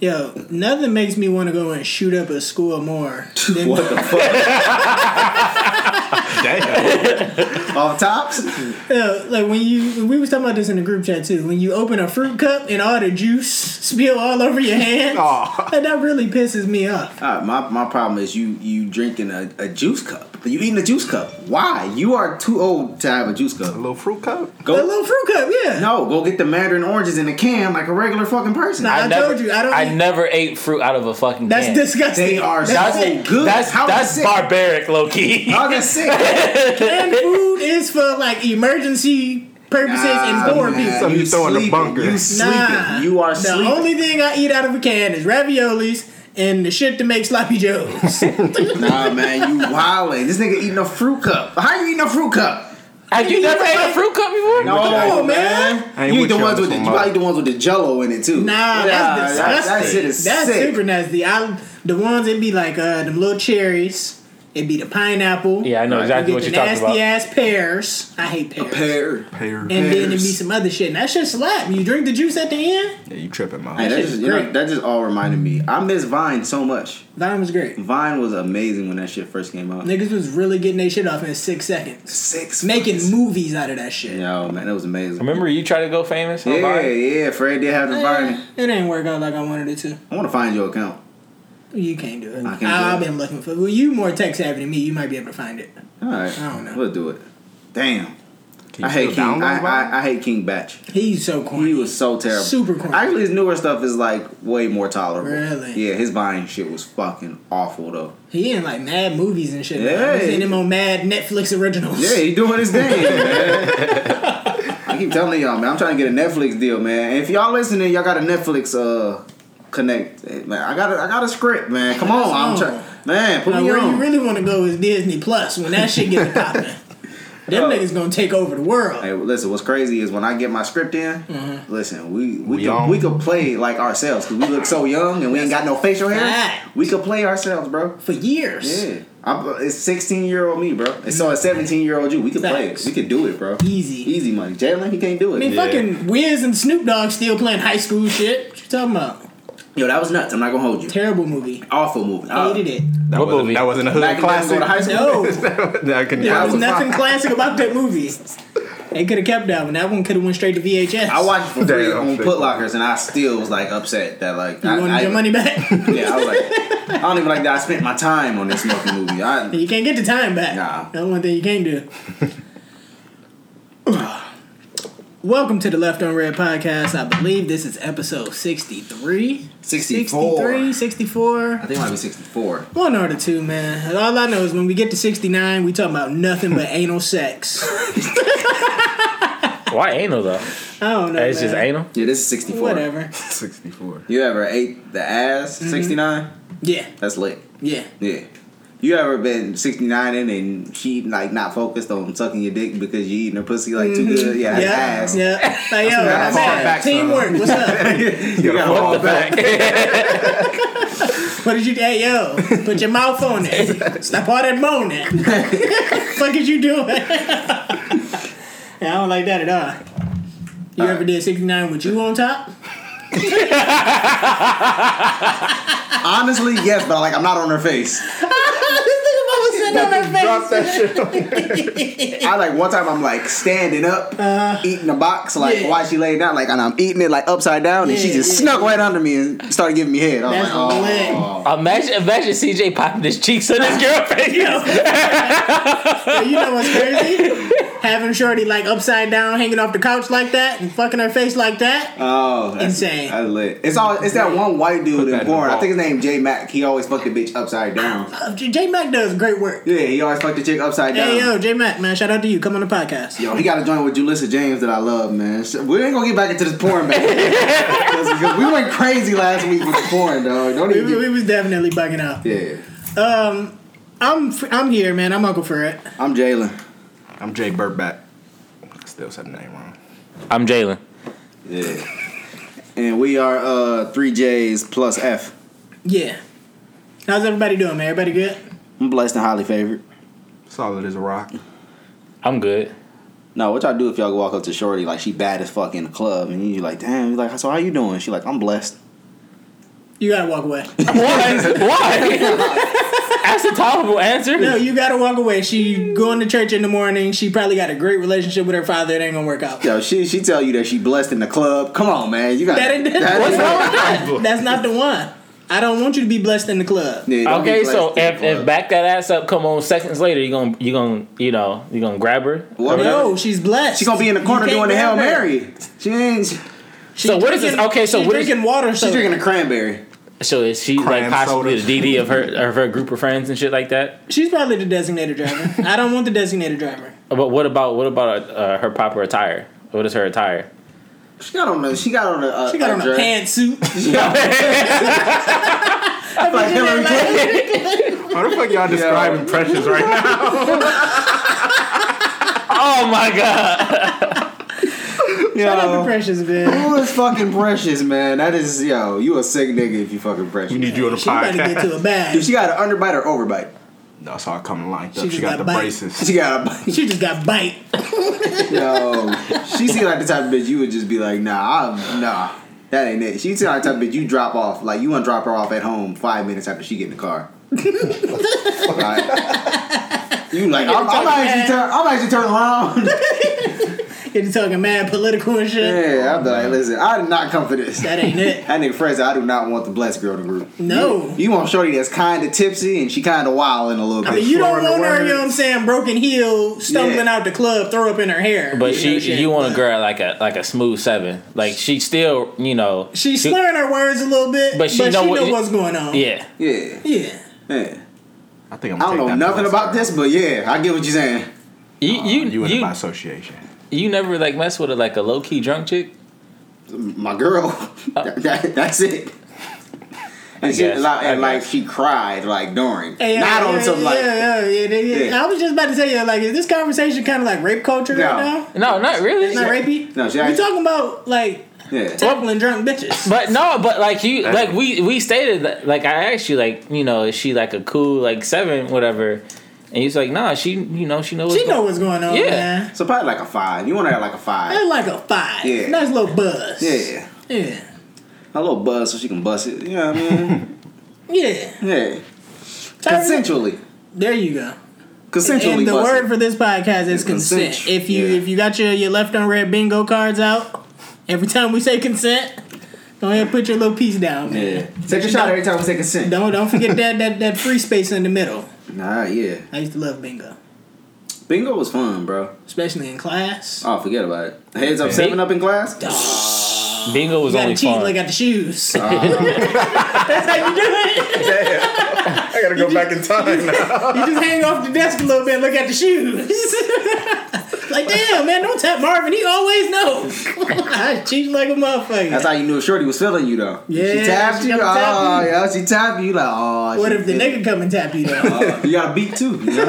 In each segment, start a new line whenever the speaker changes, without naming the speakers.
Yo, nothing makes me want to go and shoot up a school more than
What the fuck? Off tops?
Yo, like when you we was talking about this in the group chat too. When you open a fruit cup and all the juice spill all over your hands,
Aw.
like, that really pisses me off.
All right, my, my problem is you you drinking a, a juice cup. You eating a juice cup. Why? You are too old to have a juice
A
cup.
little fruit cup.
A
Go
little fruit cup, yeah.
no, go get the mandarin oranges in a can like a regular fucking person.
Nah, I told you, I don't eat-
never ate fruit out of a fucking.
that's
can.
disgusting.
They are
that's
so
sick.
good.
That's
How is
that's
it sick?
barbaric, low key.
How is it sick?
and food is for like emergency purposes and poor
Nah,
people.
So you throw in the
sleeping.
bunker.
You sleeping.
Nah,
You are
the
sleeping.
only thing I eat out of a can is raviolis and the shit to make sloppy joes.
nah, man, you wilding. This nigga eating a fruit cup. How you eating a fruit cup?
Have you never ate a fruit cup before?
No,
Come on, man.
I ain't
You eat
with
the
y'all
ones with the,
so
you
much.
probably the ones with the jello in it too.
Nah, that's
that-
disgusting.
That, shit is
that's
sick.
super nasty. I the ones it'd be like uh them little cherries. It'd be the pineapple.
Yeah, I know
You
exactly
get
what
the
you're talking
nasty
about.
ass pears. I hate pears.
Pear.
Pear.
And then it'd be
pears.
some other shit. And that shit slap. You drink the juice at the end.
Yeah, you tripping,
Hey,
man.
that
shit
just
is
you know,
great.
that just all reminded me. I miss Vine so much.
Vine was great.
Vine was amazing when that shit first came out.
Niggas was really getting their shit off in six seconds,
Six
making
fucking-
movies out of that shit.
Yo, man, that was amazing.
Remember you tried to go famous? on
Yeah,
Vine?
yeah, Fred did have the
Eh,
Vine.
it ain't work out like I wanted it to.
I want to find your account.
You can't do it.
I can't do
I've
it.
been looking for. Well, you more tech savvy than me. You might be able to find it.
All right,
I don't know.
We'll do it. Damn,
Can you
I hate
still
King. I,
download Vine?
I, I hate King Batch.
He's so corny.
He was so terrible.
Super corny.
Actually, his newer stuff is like way more tolerable.
Really?
Yeah, his Vine shit was fucking awful though.
He in like mad movies and shit. Yeah,
Yeah.
I've seen him on mad Netflix originals.
Yeah, he doing his thing, man. I keep telling y'all, man. I'm trying to get a Netflix deal, man. If y'all listening, y'all got a Netflix uh connect, eh, man. I got a, I got a script, man. Come on, I'm
on.
trying, man. Put
Like,
me
where you
on.
really want to go is Disney Plus when that shit gets popping. Them
Oh.
niggas gonna take over the world.
Hey, listen. What's crazy is when I get my script in. Listen, we we
We
could,
on.
we could play like ourselves because we look so young and we ain't got no facial hair.
Fact.
We could play ourselves, bro.
For years.
Yeah, I'm, it's 16 year old me, bro. And so it's 17 year old you. We could play it.
Facts.
We could do it, bro.
Easy.
easy money. Jalen, he can't do it.
I mean, fucking Wiz and Snoop Dogg still playing high school shit. What you talking about?
Yo, that was nuts. I'm not gonna hold you.
Terrible movie.
Awful movie. Uh,
Hated it.
That
What
wasn't,
movie?
That wasn't a
Back
hood
class
classic.
go to high school.
No.
that can
There
that
was
was
nothing classic about that movie. They could have kept that one. That one could have went straight to VHS.
I watched it for free
Damn,
on
shit.
Put Lockers and I still was like upset that like
You
I,
wanted
I,
your money back.
Yeah, I was like, I don't even like that. I spent my time on this fucking movie. I,
you can't get the time back.
Nah.
That's one thing you can't do. Welcome to the Left on Red podcast. I believe this is episode 63. 64.
64. I think it might be 64.
One or the two, man. All I know is when we get to 69, we talking about nothing but anal sex.
Why anal though?
I don't know.
It's just
man.
anal.
Yeah, this is 64.
Whatever. Mm-hmm.
64.
You ever ate the ass 69?
Yeah,
That's lit.
yeah.
Yeah. You ever been 69 in and she like not focused on sucking your dick because you eating her pussy like too good?
yeah,
Yeah, that's ass.
Mm-hmm. yeah. Like, yo,
gotta fall
man,
back, son.
teamwork. What's up?
You gotta fall back.
What did you? Hey, yo, put your mouth on it. Stop all that moaning. fuck is you doing? yeah, I don't like that at all. You ever did sixty nine with you on top?
Honestly, yes, but like I'm not on her face.
this nigga mama sitting on her face.
that shit.
I like one time I'm like standing up, eating a box, like
Uh-huh. Yeah.
while she laid down, like and I'm eating it like upside down, and she
Yeah,
just
yeah,
snuck right under me and started giving me head. I was
That's
like, oh.
Imagine, imagine CJ popping his cheeks on his girl face.
Yo, you know what's crazy? Having Shorty like upside down, hanging off the couch like that, and fucking her face like that.
Oh, that's-
Insane.
That's lit. It's all. It's that one white dude
that
in
in the
porn. I
vault.
think his name J Mac. He always fucked the bitch upside down.
Uh, J- J Mac does great work.
Yeah, he always fucked the chick upside down.
Hey yo, J Mac, man, shout out to you. Come on the podcast.
Yo, he got a joint with Julissa James that I love, man. So- We ain't gonna get back into this porn, man. 'Cause- 'cause we went crazy last week with the porn, dog. Don't
We,
even.
we
Get,
we was definitely bugging out.
yeah,
Um, I'm I'm here, man. I'm Uncle Fred.
I'm Jalen.
I'm Jay Burback. I still said the name wrong.
I'm Jalen.
Yeah. And we are uh three J's plus F.
Yeah. How's everybody doing, man? Everybody good?
I'm blessed and highly favored.
Solid as a rock.
I'm good.
No, what y'all do if y'all walk up to Shorty like she bad as fuck in the club and you like, damn, you like, so how you doing? She like, I'm blessed.
You gotta walk away.
Why? Why? That's a tolerable answer.
No, you gotta walk away. She going to church in the morning. She probably got a great relationship with her father. It ain't gonna work out.
Yo, she she tell you that she blessed in the club. Come on, man. You got
That ain't-
What's wrong with that?
That's not the one. I don't want you to be blessed in the club.
Yeah, don't be
Okay, so
blessed in
if,
the
if
club.
back that ass up, come on seconds later, you gonna you gonna you know you gonna grab her.
What?
No, she's blessed.
She gonna be in the
You
corner
can't
doing the Hail
grab her.
Mary. She ain't. She's
She's
So what is this-
drinking-
okay, so
she's
what is-
drinking water. So
drinking a cranberry.
So is she like
Crayon
possibly
soda.
the DD of her of her group of friends and shit like that?
she's probably the designated driver. I don't want the designated driver.
But what about what about uh, her proper attire? What is her attire?
She got on a. She got on a. uh, a
She got on a
dress.
pantsuit.
She got on-
Oh
like Hillary Clinton.
How the fuck y'all describing precious right now?
Oh my god!
Shout out to Precious, man.
Who is fucking precious, man? That is yo. You a sick nigga if you fucking
We
precious.
need you on the
She about to get
podcast.
to a bag.
Dude, she got an underbite or overbite.
That's how I come lined
She
up. She
just
got
got
the
bite.
braces.
She got a bite.
She just got bite.
Yo, she seemed like the type of bitch you would just be like, nah, I'm, nah, that ain't it. She seemed like the type of bitch you drop off, like you want to drop her off at home five minutes after she get in the car. Like, you like, I'm, I'm actually, turn, I'm actually turn around.
Get to talking mad political and shit.
yeah, I'm like, listen, I did not come for this. That
That ain't it.
nigga Fred said, I do not want the blessed girl in the group.
No.
You want shorty that's kind of tipsy and she kind of wild in a little bit.
I mean, you don't
Florida
want her, you know
words.
what I'm saying, broken heel, stumbling
Yeah.
out the club, throw up in her hair.
But
You
she
know, shit.
you want a girl like a like a smooth seven. Like she still you know
She's
she-
slurring her words a little bit, but she know,
what-
what's going on.
Yeah.
yeah,
Yeah.
yeah.
I think I'm.
I don't know nothing about this, but yeah, I get what you're saying.
You Oh, you
You
you,
and
you,
my association.
never like mess with a, like a low key drunk chick.
my girl. that, that- that's it. And she
guess,
like,
I
and like
guess.
she cried like during,
Hey, yeah,
not
yeah,
on some like
yeah, yeah, yeah, yeah, yeah.
Yeah.
I was just about to tell you, like, is this conversation kind of like rape culture
No.
right now?
No, not really.
It's not rapey.
No, she
we
ain't-
talking about like
yeah.
tackling drunk bitches.
But no, but like you, like we we stated, that- like I asked you, like you know, is she like a cool like seven, whatever? And you was like, nah, she, you know, she knows.
She know what's going on.
Yeah.
man.
So probably like a five. You want to have like a five?
That's like a five.
Yeah.
Nice little buzz.
Yeah,
Yeah.
a little buzz so she can bust it. You know what I mean?
Yeah.
yeah, consensually,
There you go.
consensually.
and the
bust
word
it.
for this podcast is consent.
consent.
If you
Yeah.
if you got your, your left unread bingo cards out, every time we say consent, go ahead and put your little piece down. man.
yeah, take a shot every time we say consent.
Don't don't forget that that that free space in the middle.
Nah, yeah.
I used to love bingo,
Bingo was fun, bro.
especially in class.
Oh, forget about it. Heads up, seven up in class.
Bingo was
You got
only
the cheese,
fun.
like got the shoes. That's how you do it.
I gotta go back in time now.
You just hang off the desk a little bit, and look at the shoes. like damn, man, don't tap Marvin. He always knows. I cheat like a motherfucker.
That's how you knew Shorty was feeling you though.
Yeah,
she tapped
she
you.
gonna tap
Oh,
you.
yeah, she tapped you. You Like, oh,
what
she
if the
did it.
nigga come and tap you though?
Uh, you got a beat too. You know?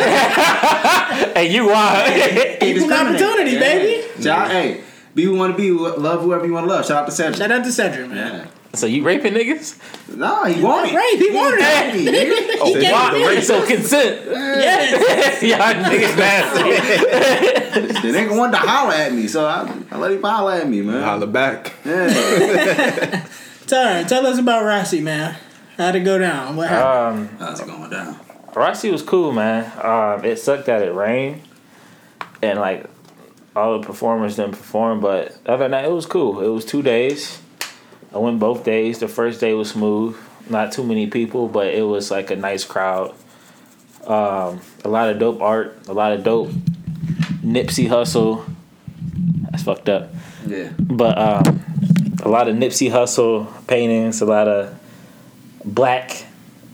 hey, you wild.
Equal opportunity, baby.
Shout, hey, be who you want to be, wh- love whoever you want to love. Shout out to Cedric.
Shout out to Cedric, man.
Yeah.
so you raping niggas?
No, he wanted.
Right, he wanted it.
happy, nigga.
Oh,
can't
why?
be raped.
So consent.
Yes.
Y'all niggas
The
nasty.
nigga wanted to holler at me, so I, I let him holler at me, man.
Holla back.
Yeah.
Tara, tell us about Rossi, man. How'd it go down? What happened?
Um,
How's it going down?
Rossi was cool, man. Um, it sucked that it rained, and like all the performers didn't perform. But other than that, it was cool. It was two days. I went both days. The first day was smooth. Not too many people, but it was like a nice crowd. Um, a lot of dope art. A lot of dope Nipsey Hustle. That's fucked up
Yeah.
but um, a lot of Nipsey Hussle paintings, a lot of black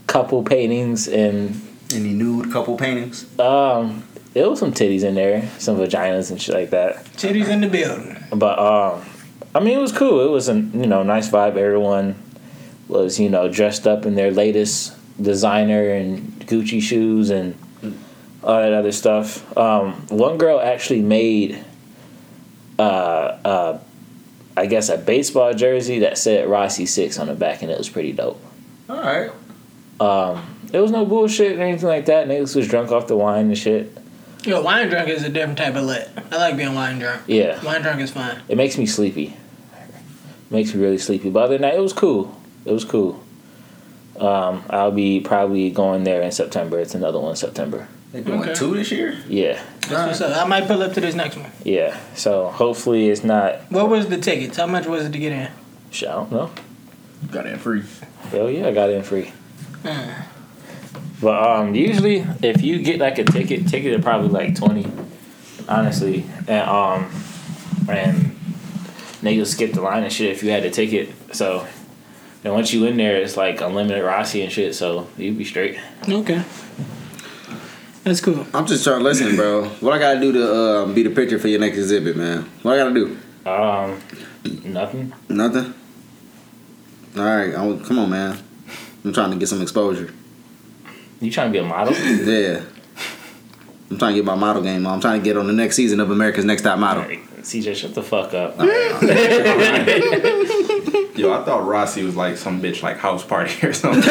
couple paintings, and
Any nude couple paintings?
um, there was some titties in there, some vaginas and shit like that.
Titties in the building.
But um, I mean, it was cool. It was a you know nice vibe. Everyone was you know dressed up in their latest designer and Gucci shoes and all that other stuff. Um, one girl actually made, uh, uh, I guess, a baseball jersey that said Rossi Six on the back, and it was pretty dope.
All right.
Um, there was no bullshit or anything like that. Niggas was drunk off the wine and shit.
Yo, wine drunk is a different type of lit. I like being wine drunk.
Yeah.
Wine drunk is fine.
It makes me sleepy. Makes me really sleepy. But other than that, it was cool. It was cool. Um, I'll be probably going there in September. It's another one in September.
They doing
Okay.
two this year?
Yeah,
That's what's up. I might pull up to this next one.
yeah. So hopefully it's not.
What was the tickets? How much was it to get in?
Shit, I don't know.
Got it free.
Hell yeah, I got in free.
Hmm.
But um, usually, if you get like a ticket, ticket are probably like twenty, honestly, and um, and niggas skip the line and shit if you had a ticket. So then once you in there, it's like unlimited Rossi and shit. So you be straight.
Okay. That's cool.
I'm just trying to listen, bro. What I gotta do to uh, be the picture for your next exhibit, man? What I gotta do?
Um, nothing.
Nothing. All right, I would- come on, man. I'm trying to get some exposure.
You trying to be a model?
Yeah. I'm trying to get my model game on. I'm trying to get on the next season of America's Next Top Model.
Like, CJ, shut the fuck up.
Yo, I thought Rossi was like some bitch like house party or something.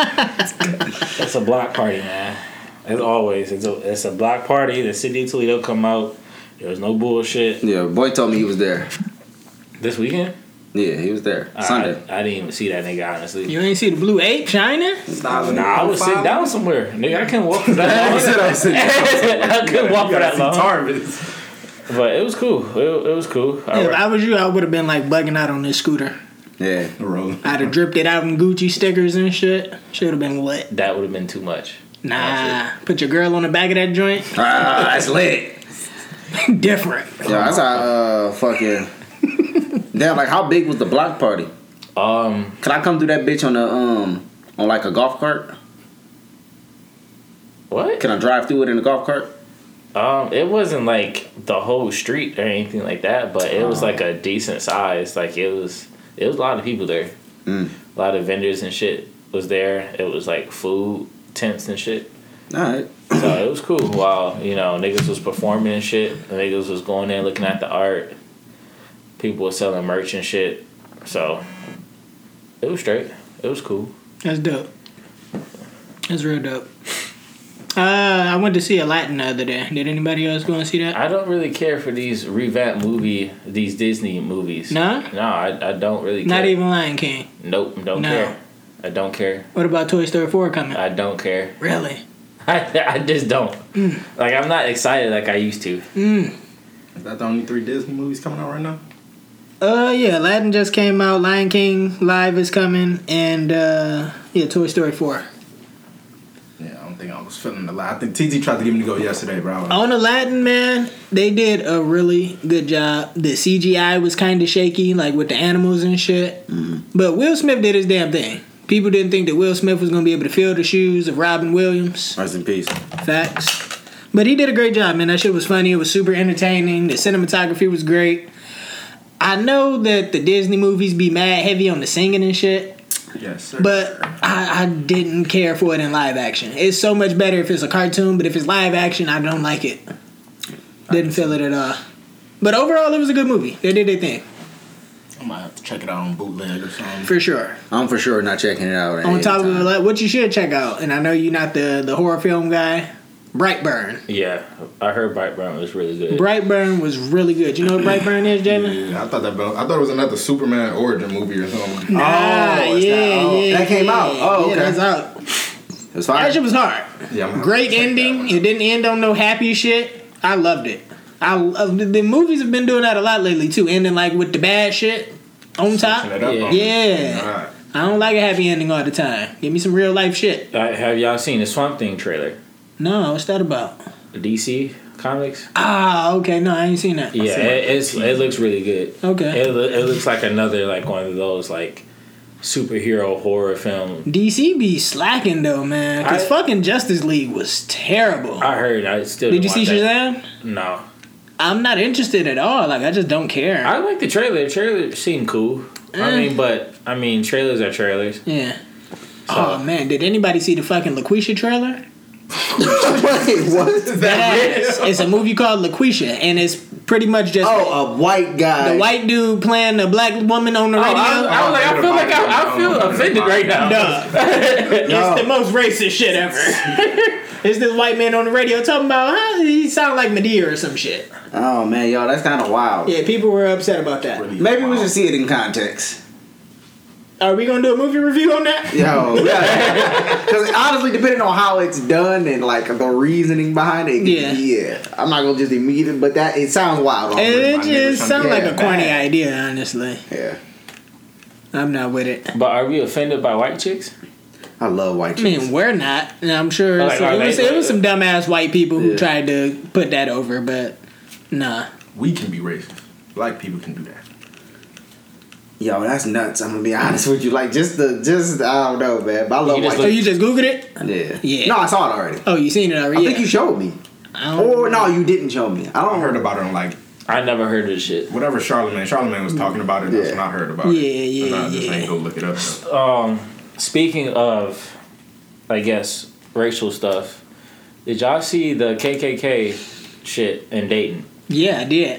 It's a block party, man. As always, it's a, it's a block party. The city of Toledo come out. There was no bullshit
Yeah, boy told me he was there.
this weekend.
Yeah, he was there
I-
Sunday.
I, didn't even see that nigga honestly.
You ain't see the blue ape shining?
Nah, I was sitting down somewhere, nigga. I couldn't walk for
I
that
was sitting- I was sitting-
long. I couldn't walk for that long.
Tarvis.
But it was cool. It, it was cool. I
If
re-
I was you, I would have been like bugging out on this scooter.
Yeah.
Rolling.
I'd have dripped it out in Gucci stickers and shit. Should have been wet.
that would have been too much.
Nah, put your girl on the back of that joint.
Ah, that's lit.
Different.
Yeah, that's how uh fucking Damn, like how big was the block party?
Um,
Can I come through that bitch on a um on like a golf cart?
what?
Can I drive through it in a golf cart?
Um, it wasn't like the whole street or anything like that, but it was like a decent size. Like it was, it was a lot of people there.
Mm.
A lot of vendors and shit was there. It was like food tents and shit.
Alright.
So it was cool. While you know niggas was performing and shit, niggas was going there looking at the art. People were selling merch and shit. So it was straight. It was cool.
That's dope. That's real dope. Uh, I went to see Aladdin the other day. Did anybody else go and see that?
I don't really care for these revamp movie, these Disney movies.
Nah?
no, I, I don't really. Care.
Not even Lion King.
Nope, don't
No.
care. I don't care.
What about Toy Story 4 coming?
I don't care.
really?
I, I just don't.
Mm.
Like I'm not excited like I used to.
Is that the only three Disney movies coming out right now?
Uh, yeah, Aladdin just came out. Lion King Live is coming. And, uh, yeah, Toy Story 4.
Yeah, I don't think I was feeling the lot. I think TZ tried to get me to go yesterday, bro. I was-
On Aladdin, man, they did a really good job. The CGI was kind of shaky, like with the animals and shit. But Will Smith did his damn thing. People didn't think that Will Smith was going to be able to fill the shoes of Robin Williams.
Rest in peace.
Facts. But he did a great job, man. That shit was funny. It was super entertaining. The cinematography was great. I know that the Disney movies be mad heavy on the singing and shit,
Yes, sir.
but I, I didn't care for it in live action. It's so much better if it's a cartoon, but if it's live action, I don't like it. Didn't feel it at all. But overall, it was a good movie. They did their thing,
I might have to check it out on bootleg or something.
for sure.
I'm for sure not checking it out.
On top of
it,
it, like, what you should check out, and I know you're not the, the horror film guy, Brightburn.
Yeah, I heard Brightburn was really good.
Brightburn was really good. You know what Brightburn is, Jalen?
Yeah, I thought that. I thought it was another Superman origin movie or something.
Ah,
Oh, it's
yeah,
not- oh,
yeah,
that came
yeah.
out.
Yeah,
Oh, okay.
that's out.
it's
That
fine.
shit was hard.
Yeah, I'm gonna have to
Great
check that
ending.
one.
It didn't end on no happy shit. I loved it. I uh, the the movies have been doing that a lot lately too, ending like with the bad shit on
Turn
top.
it up
Yeah.
on me.
Yeah,
Alright.
I don't like a happy ending all the time. Give me some real life shit.
Uh, have y'all seen the Swamp Thing trailer?
No, what's that about?
DC Comics.
Ah, okay, no, I ain't seen that.
Yeah, it, it's it looks really good.
Okay.
It, loo- it looks like another like one of those like superhero horror film.
DC be slacking though, man. Cause
I-
fucking Justice League was terrible.
I heard. I still
Did you
didn't
see
watch that.
Shazam?
No,
I'm not interested at all. Like I just don't care.
I like the trailer. The trailer seemed cool. I
Eh.
mean, but I mean, trailers are trailers.
Yeah. oh man, did anybody see the fucking LaQuisha trailer?
Wait, what?
That ass. It's a movie called LaQuisha, and it's pretty much just
Oh, a white guy.
the white dude playing a black woman on the
Oh, I,
radio.
I was like, I feel like I, I feel offended right now.
Duh. it's the most racist shit ever. it's this white man on the radio talking about huh, he sound like Medea or some shit.
Oh man, yo, that's kind of wild.
Yeah, people were upset about that.
Maybe we should see it in context.
Are we gonna do a movie review on that?
Yo, yeah. Because honestly, depending on how it's done and like the reasoning behind it,
Yeah.
yeah, I'm not gonna just immediately. But that it sounds wild. on me.
It
my neighbors
just sounds like a
Yeah,
corny idea, honestly.
Yeah,
I'm not with it.
But are we offended by white chicks?
I love white
I
chicks.
mean, we're not, and I'm sure
Like,
so-
are
it, was,
they-
it was some dumbass white people who
Yeah.
tried to put that over, but nah.
We can be racist. Black people can do that.
Yo, that's nuts. I'm gonna be honest with you. Like just the just I don't know, man. But I love
You just
white.
So
look-
you just googled it?
yeah.
Yeah.
No, I saw it already.
Oh, you seen it
I
already?
think you showed me.
I don't-
Or no, you didn't show me. I
I
don't
heard about it on like
I never heard of this shit.
whatever Charlemagne. Charlemagne was talking about it. That's
Yeah.
when I heard about it.
Yeah,
And
yeah,
I just
yeah.
ain't go look it up. though.
Um, speaking of, I guess racial stuff. Did y'all see the KKK shit in Dayton?
Yeah, I did.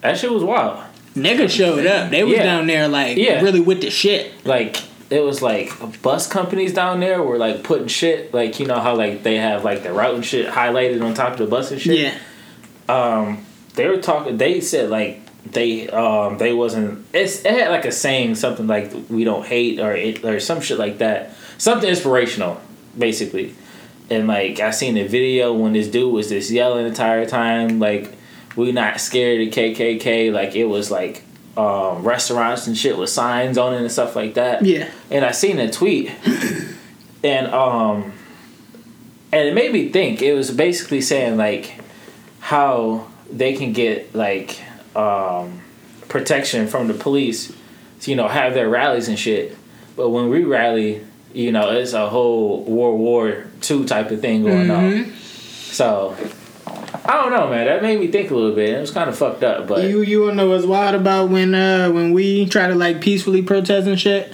That shit was wild.
Niggas showed up. They was
Yeah.
down there like
Yeah.
really with the shit.
like it was like bus companies down there were like putting shit like you know how like they have like the route and shit highlighted on top of the bus and shit.
Yeah.
They were talking. They said like they um they wasn't. It's it had like a saying something like we don't hate or it or some shit like that. Something inspirational basically. And like I seen the video when this dude was just yelling the entire time like we not scared of KKK. Like it was like um, restaurants and shit with signs on it and stuff like that
Yeah.
and I seen a tweet, and um, and it made me think. It was basically saying like how they can get like um, protection from the police, to, you know, have their rallies and shit. But when we rally, you know, it's a whole World War Two type of thing going on. So I don't know, man. That made me think a little bit. It was kind of fucked up, but
You you wanna know what's wild about when uh when we try to like peacefully protest and shit?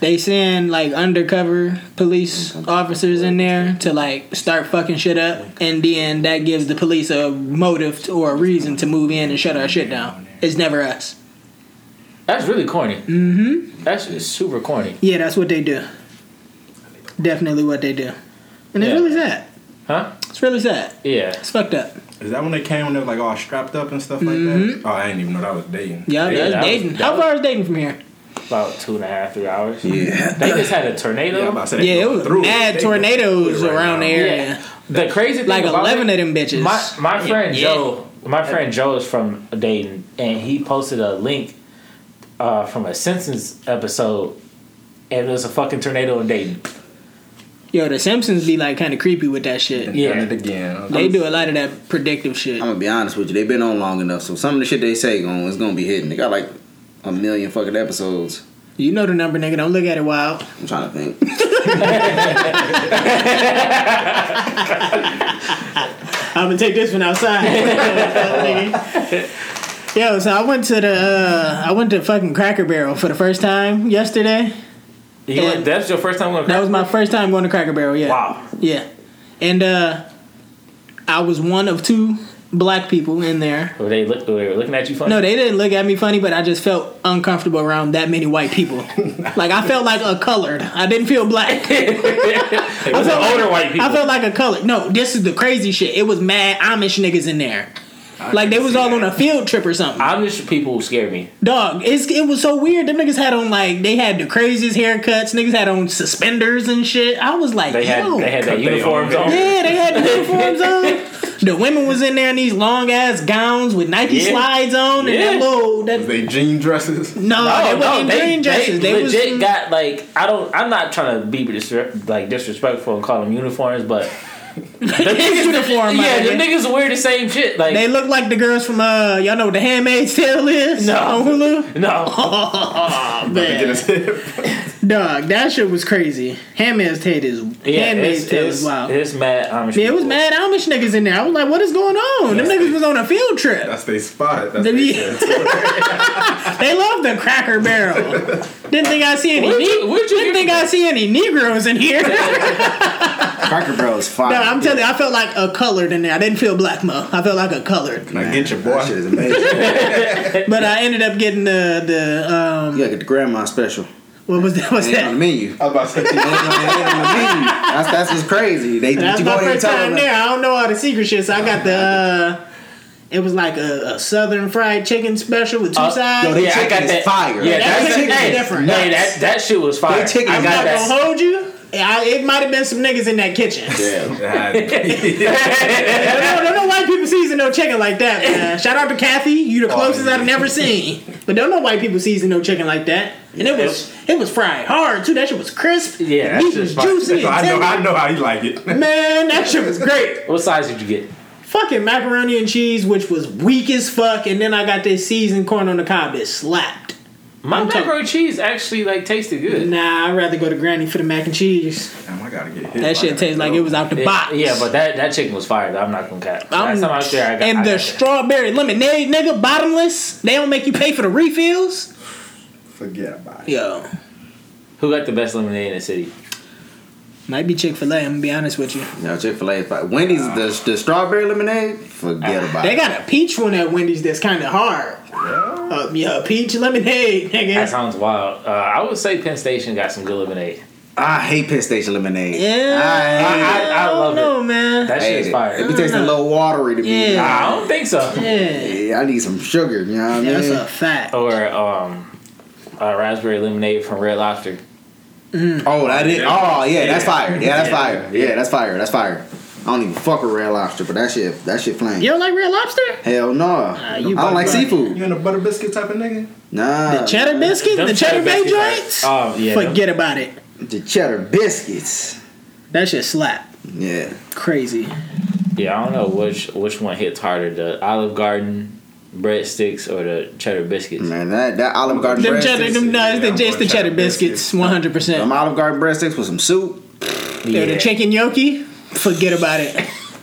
They send like undercover police officers in there to like start fucking shit up, and then that gives the police a motive to, or a reason to move in and shut our shit down. It's never us.
that's really corny. Mm-hmm. That's it's super corny,
Yeah, that's what they do. Definitely what they do, and it's
Yeah.
really sad.
huh?
It's really sad.
Yeah.
It's fucked up.
Is that when they came when they were like all strapped up and stuff like that? Oh, I didn't even know that was dating.
Mm-hmm. Yeah,
Yeah, that
that's
was-
Dayton.
that
How
was-
far is Dayton from here?
about two and a half, three hours.
Yeah.
They just had a tornado.
I'm about to say they
Yeah, it
going
was
through
mad
They going
tornadoes
through it right
around the
now.
area.
The crazy thing
Like
about
eleven
it,
of them bitches.
my my friend
Yeah.
Joe, my friend Joe is from Dayton, and he posted a link uh, from a Simpsons episode, and it was a fucking tornado in Dayton.
Yo, the Simpsons be like kind of creepy with that shit.
Yeah.
Done it again.
They do a lot of that predictive shit.
I'm gonna be honest with you. They've been on long enough, so some of the shit they say going is gonna be hidden. They got like a million fucking episodes.
You know the number, nigga. Don't look at it wild.
I'm trying to think.
I'm gonna take this one outside. Nigga. Yo, so I went to the uh, I went to fucking Cracker Barrel for the first time yesterday.
You
Yeah.
went- that's your first time going.
That was my first time going to Cracker Barrel. Yeah.
wow.
Yeah, and uh, I was one of two black people in there.
Were they look? Were they looking at you funny?
No, they didn't look at me funny, but I just felt uncomfortable around that many white people. like I felt like a colored. I didn't feel black.
it was the
felt
older
like-
white people.
I felt like a color. No, this is the crazy shit. It was mad Amish niggas in there. Like they was all on a field trip or something.
Amish people scare me.
Dog, it's it was so weird. Them niggas had on like they had the craziest haircuts. Niggas had on suspenders and shit. I was like,
They had
yo.
they had their
Cut they
uniforms
own
on.
yeah, they had the uniforms on. The women was in there in these long ass gowns with Nike
Yeah.
slides on and
Yeah.
that little that
They jean dresses.
no,
Oh,
they wasn't in green dresses. They, was
legit got like I don't. I'm not trying to be disre- like disrespectful and call them uniforms, but the
It's uniform, my
Yeah, the
nigga.
niggas wear the same shit. Like
They look like the girls from uh, y'all know what the Handmaid's Tale is
No.
on Hulu.
no,
Oh
Get
man,
us hip.
dog, that shit was crazy. Handmaid's Tale is
yeah,
Handmaid's
it's,
Tale
it's,
is wild.
it's mad. Amish
yeah, it was
people.
mad Amish niggas in there. I was like, what is going on? Them
That's-
niggas was on a field trip.
That's their spot. That's
The-
their
They love the Cracker Barrel. Didn't think I see any.
Where'd
ne-
you, where'd you
Didn't
hear
think
from?
I see any Negroes in here. no,
Cracker Barrel is fire.
I'm telling you, I felt like a colored in there. I didn't feel black, mo. I felt like a colored.
Now get your boy.
That shit is amazing.
But I ended up getting the the um,
you gotta get the grandma special.
what was that? What's
Ain't on the
that?
menu.
I was about to say,
Ain't on the- ain't on the menu. That's that's what's crazy. They
That's
you
my
go in and
first
tell
time
them
there. I don't know all the secret shit, so I got the uh, It was like a, a southern fried chicken special with two
Uh,
sides.
yo, they-
yeah, I
chicken
got
is
that
fire.
Yeah,
That
that's
chicken is
hey,
different.
Hey, that that shit was fire.
Their chicken is
I
I'm
got
not gonna
that.
hold you. I, it might have been some niggas in that kitchen.
Yeah.
I don't, don't know white people season no chicken like that, man. Shout out to Kathy, you
Oh,
the closest I've never seen. But don't know white people season no chicken like that. And it was it was fried hard too. That shit was crisp.
Yeah, that
meat was
shit's fire.
juicy.
So I know,
and
I know how you like it.
tender. Man, that shit was great.
What size did you get?
Fucking macaroni and cheese, which was weak as fuck, and then I got this seasoned corn on the cob that slapped.
My
I'm talking-
macaroni cheese actually like tasted good.
Nah, I'd rather go to Granny for the mac and cheese.
Damn, I gotta get hit.
That shit tastes like it was out the box.
Yeah, but that, that chicken was fire. Though. I'm not gonna cap. Last time I was there, I got
and
I
the
got that.
strawberry lemonade, nigga, bottomless. They don't make you pay for the refills.
Forget about it.
Yo,
Who got the best lemonade in the city?
might be Chick Fil A. I'm gonna be honest with you.
Yo, Chick Fil A. Wendy's the, the strawberry lemonade. Forget about
They
it.
got a peach one at Wendy's that's kind of hard. Uh, yeah, peach lemonade,
That
nigga.
sounds wild. Uh, I would say Penn Station got some good lemonade.
I hate Penn Station lemonade.
Yeah,
I hate
I-
it.
I love
don't know, man.
That
Hate
shit is
it.
fire.
It be tasting a little watery to me.
Yeah.
I don't think so.
yeah,
Yeah, I need some sugar. You know what I mean?
that's a fact.
Or um, uh, raspberry lemonade from Red Lobster.
Oh, that is. Oh, yeah, that's
Yeah.
fire. Yeah, that's
Yeah.
fire. Yeah, that's fire. That's fire. I don't even fuck with red lobster, but that shit, that shit flame.
You don't like Red Lobster?
Hell no. I
you
don't like
bugging.
seafood.
You in a butter biscuit type of nigga?
Nah.
The cheddar biscuit,
Them
the cheddar bay
biscuits are-
joints.
Oh yeah. them-
Forget about it.
The cheddar biscuits.
That shit slap.
Yeah.
Crazy.
Yeah, I don't know which which one hits harder, the Olive Garden breadsticks or the cheddar biscuits.
Man, that, that Olive Garden
Them
breadsticks.
cheddar, them, no, it's
Yeah,
the,
I'm
just the
going
cheddar
cheddar
biscuits,
biscuits.
one hundred
Them
percent.
Olive Garden breadsticks with some soup.
The chicken gnocchi, forget about it.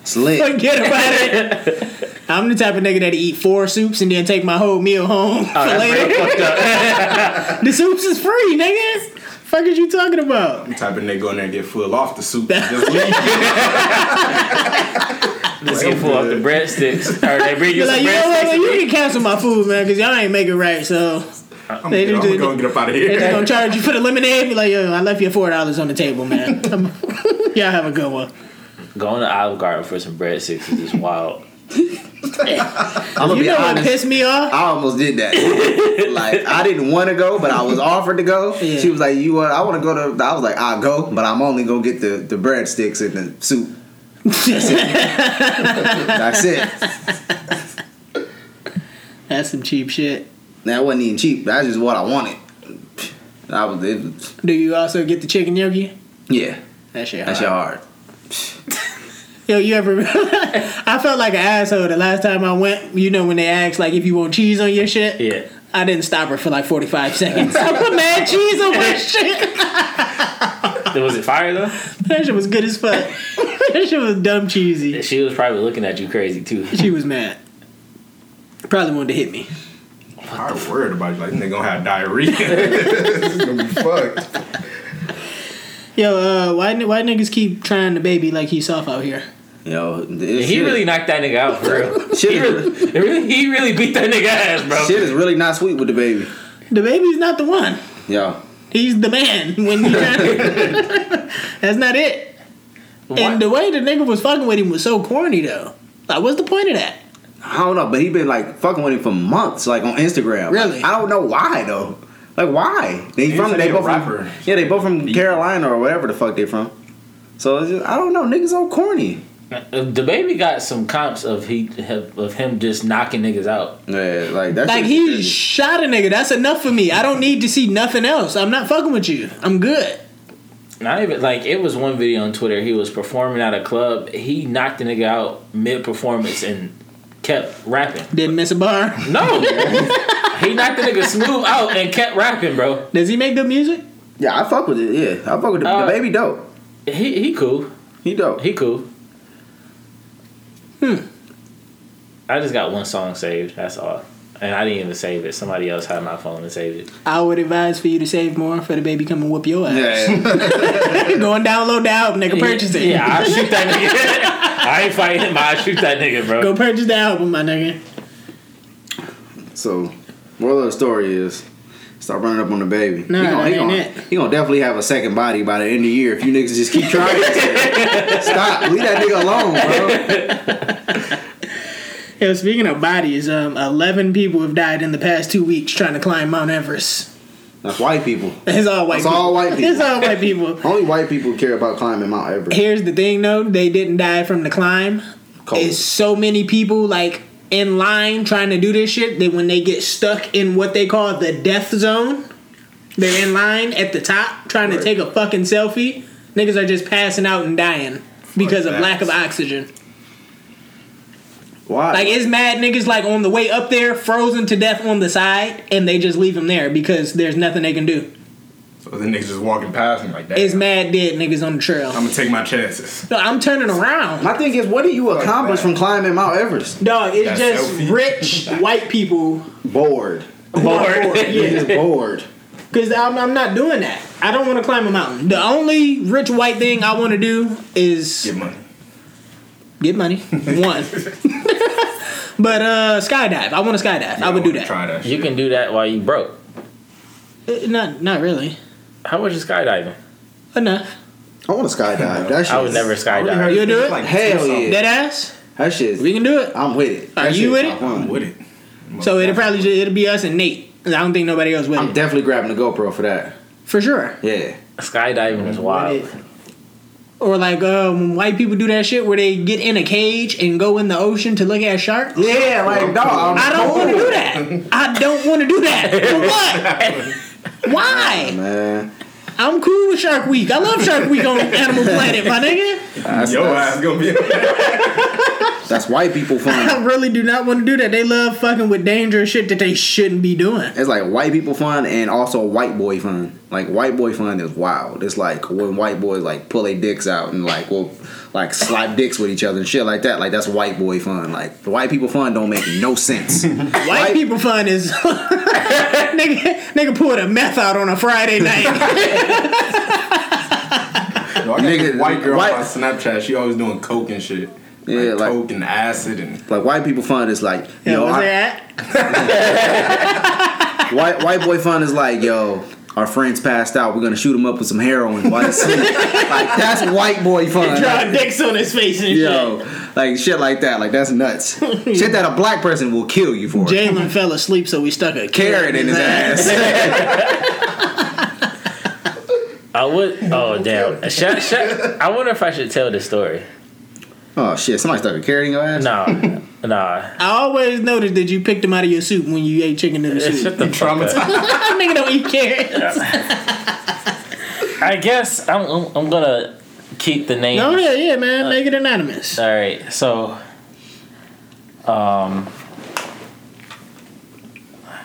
It's lit.
Forget about it. I'm the type of nigga that eat four soups and then take my whole meal
Oh,
home for later. the soups is free, nigga. Fuck is you talking about?
Type of nigga go in there and get full off the soup. and just leave.
Let's get full of the breadsticks. Or they bring you
Be
some
like, you know what?
breadsticks.
You can cancel my food, man, because y'all ain't make it right. So
I'm
They
gonna
do-
get- I'm gonna get up out of
they're just
here.
gonna charge you for the lemonade. Be like, yo, I left you four dollars on the table, man. y'all have a good one.
Going to Olive Garden for some breadsticks is just wild.
I'm gonna
You
be
know what
honest.
pissed me off?
I almost did that. like I didn't want to go, but I was offered to go.
Yeah.
She was like, "You want? I want to go to." I was like, "I'll go, but I'm only gonna get the the breadsticks and the soup. That's it.
That's some cheap shit.
That wasn't even cheap. That's just what I wanted. I was, it was
Do you also get the chicken gnocchi?
yeah.
That shit.
That
hard.
shit hard.
Yo, you ever? I felt like an asshole the last time I went. You know when they asked like if you want cheese on your shit.
Yeah.
I didn't stop her for like forty five seconds. I put mad cheese on my shit.
Was it fire though?
That shit was good as fuck. that shit was dumb cheesy.
She was probably looking at you crazy too.
She was mad. Probably wanted to hit me.
I'm worried about you. Like, nigga gonna have diarrhea. This is gonna be fucked.
Yo, uh, why ni- why niggas keep trying to baby like he's soft out here?
Yo,
He really knocked that nigga out for real.
Shit
He
is,
really, he really- he really beat that nigga ass, bro.
shit is really not sweet with the baby.
The baby's not the one.
Yo,
He's the man when you That's not it.
Why-
And the way the nigga was fucking with him was so corny though. Like, what's the point of that?
I don't know, but he been like fucking with him for months, like on Instagram.
Really?
I don't know why though. Like why? They
He
from
said
they
he a
both from,
rapper.
yeah they both from Carolina or whatever the fuck they from. So it's just, I don't know, niggas so corny.
Uh, The baby got some comps of he of him just knocking niggas out.
Yeah, like that.
Like
shit's
he
crazy.
shot a nigga. That's enough for me. I don't need to see nothing else. I'm not fucking with you. I'm good.
Not even like it was one video on Twitter. He was performing at a club. He knocked the nigga out mid performance and kept rapping.
Didn't miss a bar.
No, he knocked the nigga smooth out and kept rapping, bro.
Does he make good music?
yeah, I fuck with it. Yeah, I fuck with the,
Uh,
the baby. Dope,
He he cool.
he dope.
He cool. Hmm. I just got one song saved. That's all. And I didn't even save it. Somebody else had my phone and saved it.
I would advise for you to save more for the baby come and whoop your ass.
yeah,
Go and download the album, nigga. Purchase it.
Yeah, I shoot that nigga. I ain't fighting him. I shoot that nigga, bro.
Go purchase the album, my nigga.
so, moral of the story is. Stop running up on the baby.
No,
he gonna,
that
he
ain't
gonna,
it.
he gonna definitely have a second body by the end of the year if you niggas just keep trying. Stop. Leave that nigga alone, bro.
Yo, speaking of bodies, um, eleven people have died in the past two weeks trying to climb Mount Everest.
That's white people.
It's all white.
It's
people.
all white people.
It's all white people.
Only white people care about climbing Mount Everest.
Here's the thing, though: they didn't die from the climb.
Cold.
It's so many people like in line trying to do this shit that when they get stuck in what they call the death zone, they're in line at the top trying to take a fucking selfie. Niggas are just passing out and dying because of
that.
lack of oxygen.
Why?
Like it's mad niggas like on the way up there, frozen to death on the side, and they just leave them there because there's nothing they can do.
So the niggas just walking past me like that.
It's mad dead niggas on the trail.
I'm gonna take my chances.
No, I'm turning around.
My thing is, what do you accomplish from climbing Mount Everest?
Dog, it's
Got
just
selfie.
rich white people.
Bored.
Bored.
You're
Yeah.
just bored.
Because I'm, I'm not doing that. I don't want to climb a mountain. The only rich white thing I want to do is
Get money.
get money. One. but uh skydive. I want to skydive. I would do
wanna
that.
Try that.
You
Shit.
can do that while you broke.
Uh, Not not really.
How much is skydiving?
Enough.
I want to skydive. That shit.
I would
is-
never
I really
skydive.
heard
You'll do
it's
it?
like
Hell
something.
yeah.
Dead ass.
That shit.
We
Is,
can do it.
I'm with it.
Are
That
you with
shit
it?
top one.
I'm with it.
So it'll probably just, it'll be us and Nate. 'Cause I don't think nobody else will.
I'm definitely grabbing a GoPro for that.
For sure.
Yeah.
Skydiving is wild.
Or like um, white people do that shit where they get in a cage and go in the ocean to look at sharks.
Yeah, like dog.
I don't want to do that. I don't want to do that. For what? Why?
Man,
I'm cool with Shark Week. I love Shark Week on Animal Planet, my nigga.
that's,
Yo
that's,
ass gonna be.
that's white people
I
fun.
really do not want to do that. They love fucking with dangerous shit that they shouldn't be doing.
It's like white people fun and also white boy fun. Like white boy fun is wild. It's like when white boys like pull their dicks out and like will like slap dicks with each other and shit like that. Like that's white boy fun. Like the white people fun don't make no sense.
White, people fun is nigga, nigga pulled a meth out on a Friday night.
Yo, I got
Nigga,
this white girl
white-
on my Snapchat. She always doing coke and shit.
Yeah,
like,
like-
coke and acid and
Like white people fun is like
Yo,
yo,
what's
I-
that?
white white boy fun is like yo. Our friends passed out. We're gonna shoot them up with some heroin while they sleep. like that's white boy fun.
Drawing dicks on his face and shit.
Yo, like shit like that. Like that's nuts. shit that a black person will kill you for.
Jalen fell asleep, so we stuck a
Carrot in his ass.
I would. Oh damn! Should, should, I wonder if I should tell this story.
oh shit! Somebody stuck a carrot in your ass.
Nah, nah.
I always noticed that you picked him out of your soup when you ate chicken in the soup.
Shut the fuck up.
that nigga don't eat carrots.
I guess I'm, I'm. I'm gonna keep the name.
No, yeah, yeah, man. Make it anonymous.
All right, so, um,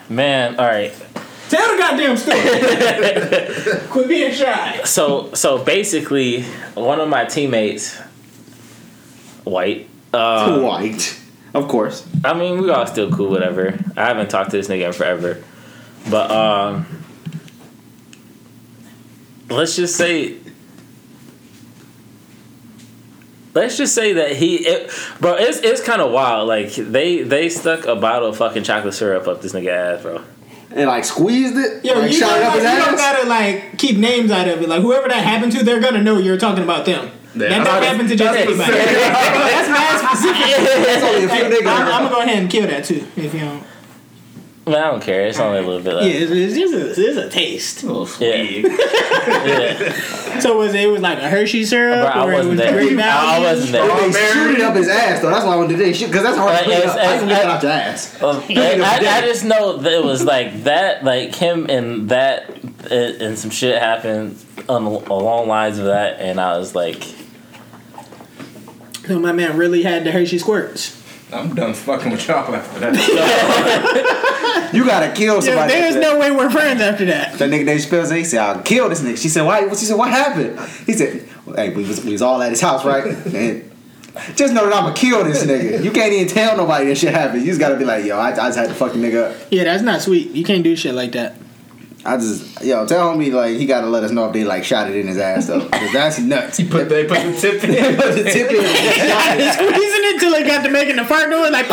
man, all right,
Tell the goddamn story. Quit being shy.
so so basically, one of my teammates, white. Uh,
White, of course.
I mean, we all still cool, whatever. I haven't talked to this nigga in forever, but um, let's just say. Let's just say that he, it, bro. It's it's kind of wild. Like they they stuck a bottle of fucking chocolate syrup up this nigga ass, bro.
And like squeezed it.
Yo,
like
you,
shot
don't,
it up his
you don't
ass.
gotta like keep names out of it. Like whoever that happened to, they're gonna know you're talking about them. That
Yeah.
don't
That's-
happen to just
that's
anybody. That's mad specific.
That's only a few
I'm, I'm gonna
niggas.
go ahead and kill that too. If you don't,
Man, I don't care. It's only a little bit.
yeah,
Like,
it's, it's just a, it's a taste.
Oh,
yeah, yeah.
So was it, it was like a Hershey
Bro,
syrup
I
or it
wasn't
was
there.
Green
I I
Mountain?
wasn't there.
They shoot it up his ass though. That's why I want to do this shit because that's hard to
Like,
clean
it's-
up. I can
it's-
get it out your ass.
Um, I, I just know that it was like that, like him and that, uh, and some shit happened on, along lines of that, and I was like,
So my man really had the Hershey squirts.
I'm done fucking with y'all after that.
You gotta kill
Yeah,
somebody.
there's no way we're friends after that.
That nigga named Spells, and he said, I'll kill this nigga. She said, Why? She said, What happened? He said, Hey, we was, we was all at his house, right? And just know that I'ma kill this nigga. You can't even tell nobody that shit happened. You just gotta be like, Yo, I, I just had to fuck the nigga up.
Yeah, that's not sweet. You can't do shit like that.
I just, yo, tell me, like, he gotta let us know if they, like, shot it in his ass, though. 'Cause that's nuts.
Put they put the tip in.
Put the tip in. Shot it.
squeezing it till it got to making the fart noise like.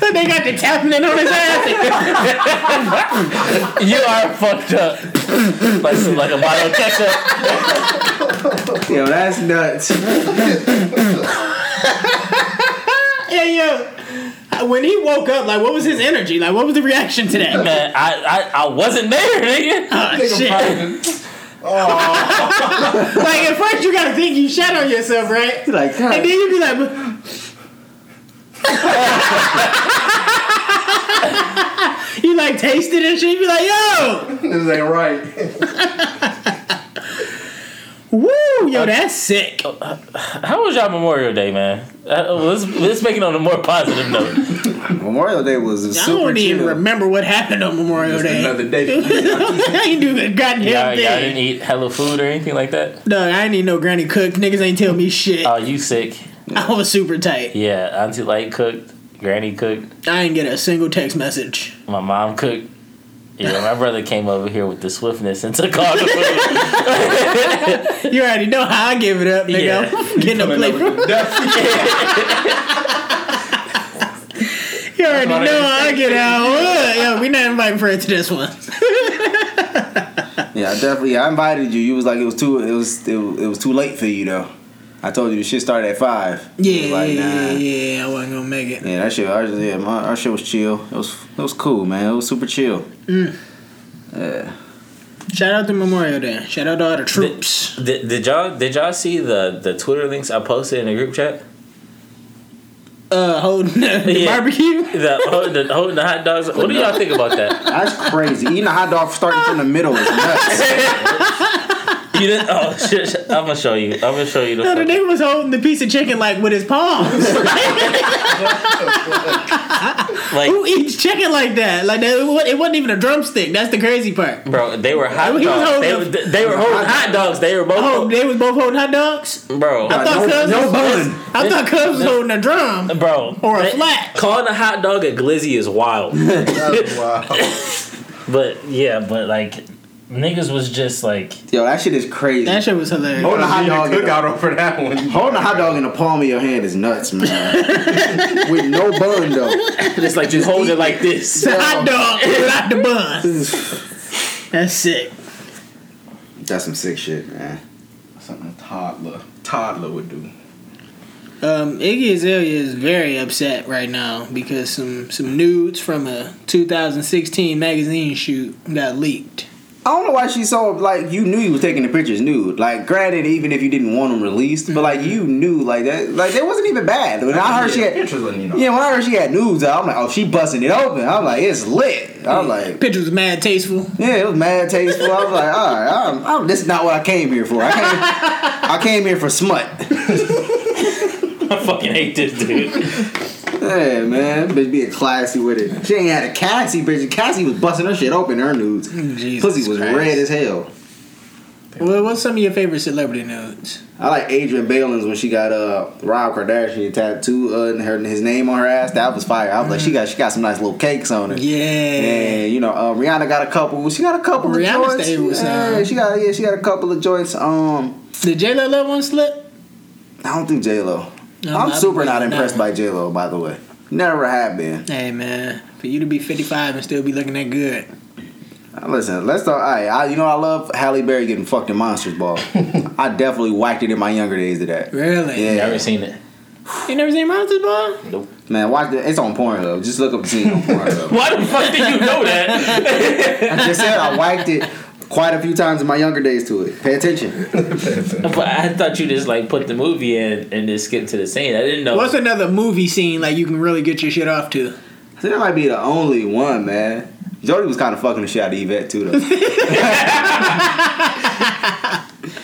Then they got to tapping it on his ass.
"You are fucked up." like, some- like a bottle of ketchup.
Yo, that's nuts.
Hey yo, when he woke up, like, what was his energy? Like, what was the reaction to that?
Man, I, I, I wasn't there, nigga.
Oh, shit. like at first you gotta think you shot on yourself, right?
Like, God.
And then you be like, but- you like taste it and shit. You be like, yo,
This ain't right.
woo, yo, that's sick.
How was y'all Memorial Day, man? Uh, let's let's make it on a more positive note.
Memorial Day was
I
super
don't even
chill.
remember what happened on Memorial
Just
Day.
another day.
I ain't do the goddamn
Y'all, y'all
thing.
didn't e- eat hella food or anything like that.
No, I ain't need no granny cook. Niggas ain't tell me shit.
Oh, you sick?
I was super tight.
Yeah, Auntie Light cooked, Granny cooked,
I ain't get a single text message.
my mom cooked. Yeah, my brother came over here with the swiftness and took all the food.
You already know how I give it up, nigga.
Yeah.
I'm getting a plate.
Another
from-
death.
You already
what I
know how I get out. Look, Yo, we not inviting friends to this one.
Yeah, I definitely. I invited you. You was like it was too. It was it, was- it was too late for you though. I told you the shit started at five. It was
Yeah,
like,
yeah, yeah,
nah.
yeah. I wasn't gonna make it.
Yeah, that shit. Our, yeah, my, our shit was chill. It was it was cool, man. It was super chill. Yeah.
Shout out to Memorial Day. Shout out to all the troops.
Did, did y'all did y'all see the the Twitter links I posted in the group chat?
Uh, holding the, the
Yeah.
barbecue.
The holding the, holding the hot dogs. What do y'all think about that?
That's crazy. Eating a hot dog starting from the middle is nuts.
You didn't. Oh shit! shit. I'm gonna show you. I'm gonna show you the.
No, the
photo.
nigga was holding the piece of chicken like with his palms. Who
Like,
eats chicken like that? Like that, it wa- it wasn't even a drumstick. That's the crazy part.
bro, they were
He
hot
was
dogs. They,
holding-
were- they were holding hot dogs. They were
Oh,
both.
they was both holding hot dogs.
Bro,
I thought
no-
Cubs
no
was,
bun.
I thought Cubs was holding a drum
bro,
or a
they-
flat.
Calling a hot dog a glizzy is wild.
Wow.
but yeah, but like, niggas was just like,
Yo, that shit is crazy.
That shit was hilarious.
Hold
Hold
a
on,
hot
hot
dog
dog
in
cookout over that one.
Holding a hot dog in the palm of your hand is nuts, man. With no bun though.
it's like you hold it like this.
It's a hot dog without the bun. That's sick.
That's some sick shit, man.
Something a toddler, toddler would do.
Um, Iggy Azalea is very upset right now because some some nudes from a 2016 magazine shoot got leaked.
I don't know why she's so like you knew you was taking the pictures nude. Like, granted, even if you didn't want them released, but like you knew like that, like it wasn't even bad. When I heard she had,
Pictures letting you know.
yeah, when I heard she had nudes, out, I'm like, oh, she busting it open. I'm like, it's lit. I'm like,
Picture was mad tasteful.
yeah, it was mad tasteful. I was like, all right, I'm, I'm, this is not what I came here for. I came, I came here for smut.
I fucking hate this dude.
Hey man, bitch being classy with it. She ain't had a Cassie bitch. and Cassie was busting her shit open. Her nudes,
Mm, Jesus
pussy was
Christ.
red as hell.
Well, what's some of your favorite celebrity nudes?
I like Adrian Balins when she got uh Rob Kardashian tattoo uh, and her his name on her ass. That was fire. I was like, she got she got some nice little cakes on her.
Yeah.
And you know, uh, Rihanna got a couple. She got a couple
Rihanna
of joints.
stayed with
yeah,
some.
she got yeah, she got a couple of joints. Um,
Did J Lo let one slip?
I don't think J Lo.
No,
I'm
I
super
believe
not impressed
that.
by J Lo. By the way, never have been.
Hey man, for you to be 55 and still be looking that good.
Uh, Listen, let's talk. I, I you know I love Halle Berry getting fucked in Monsters Ball. I definitely whacked it in my younger days to that.
Really?
Yeah.
Never seen it.
You never seen Monsters Ball?
Nope.
Man, watch it. It's on Pornhub. Just look up the scene on Pornhub.
Why the fuck did you know that?
I just said I whacked it quite a few times in my younger days to it. Pay attention.
but I thought you just like put the movie in and just skip to the scene. I didn't know.
What's another movie scene like you can really get your shit off to?
So that might be the only one, man. Jody was kind of fucking the shit out of Yvette too,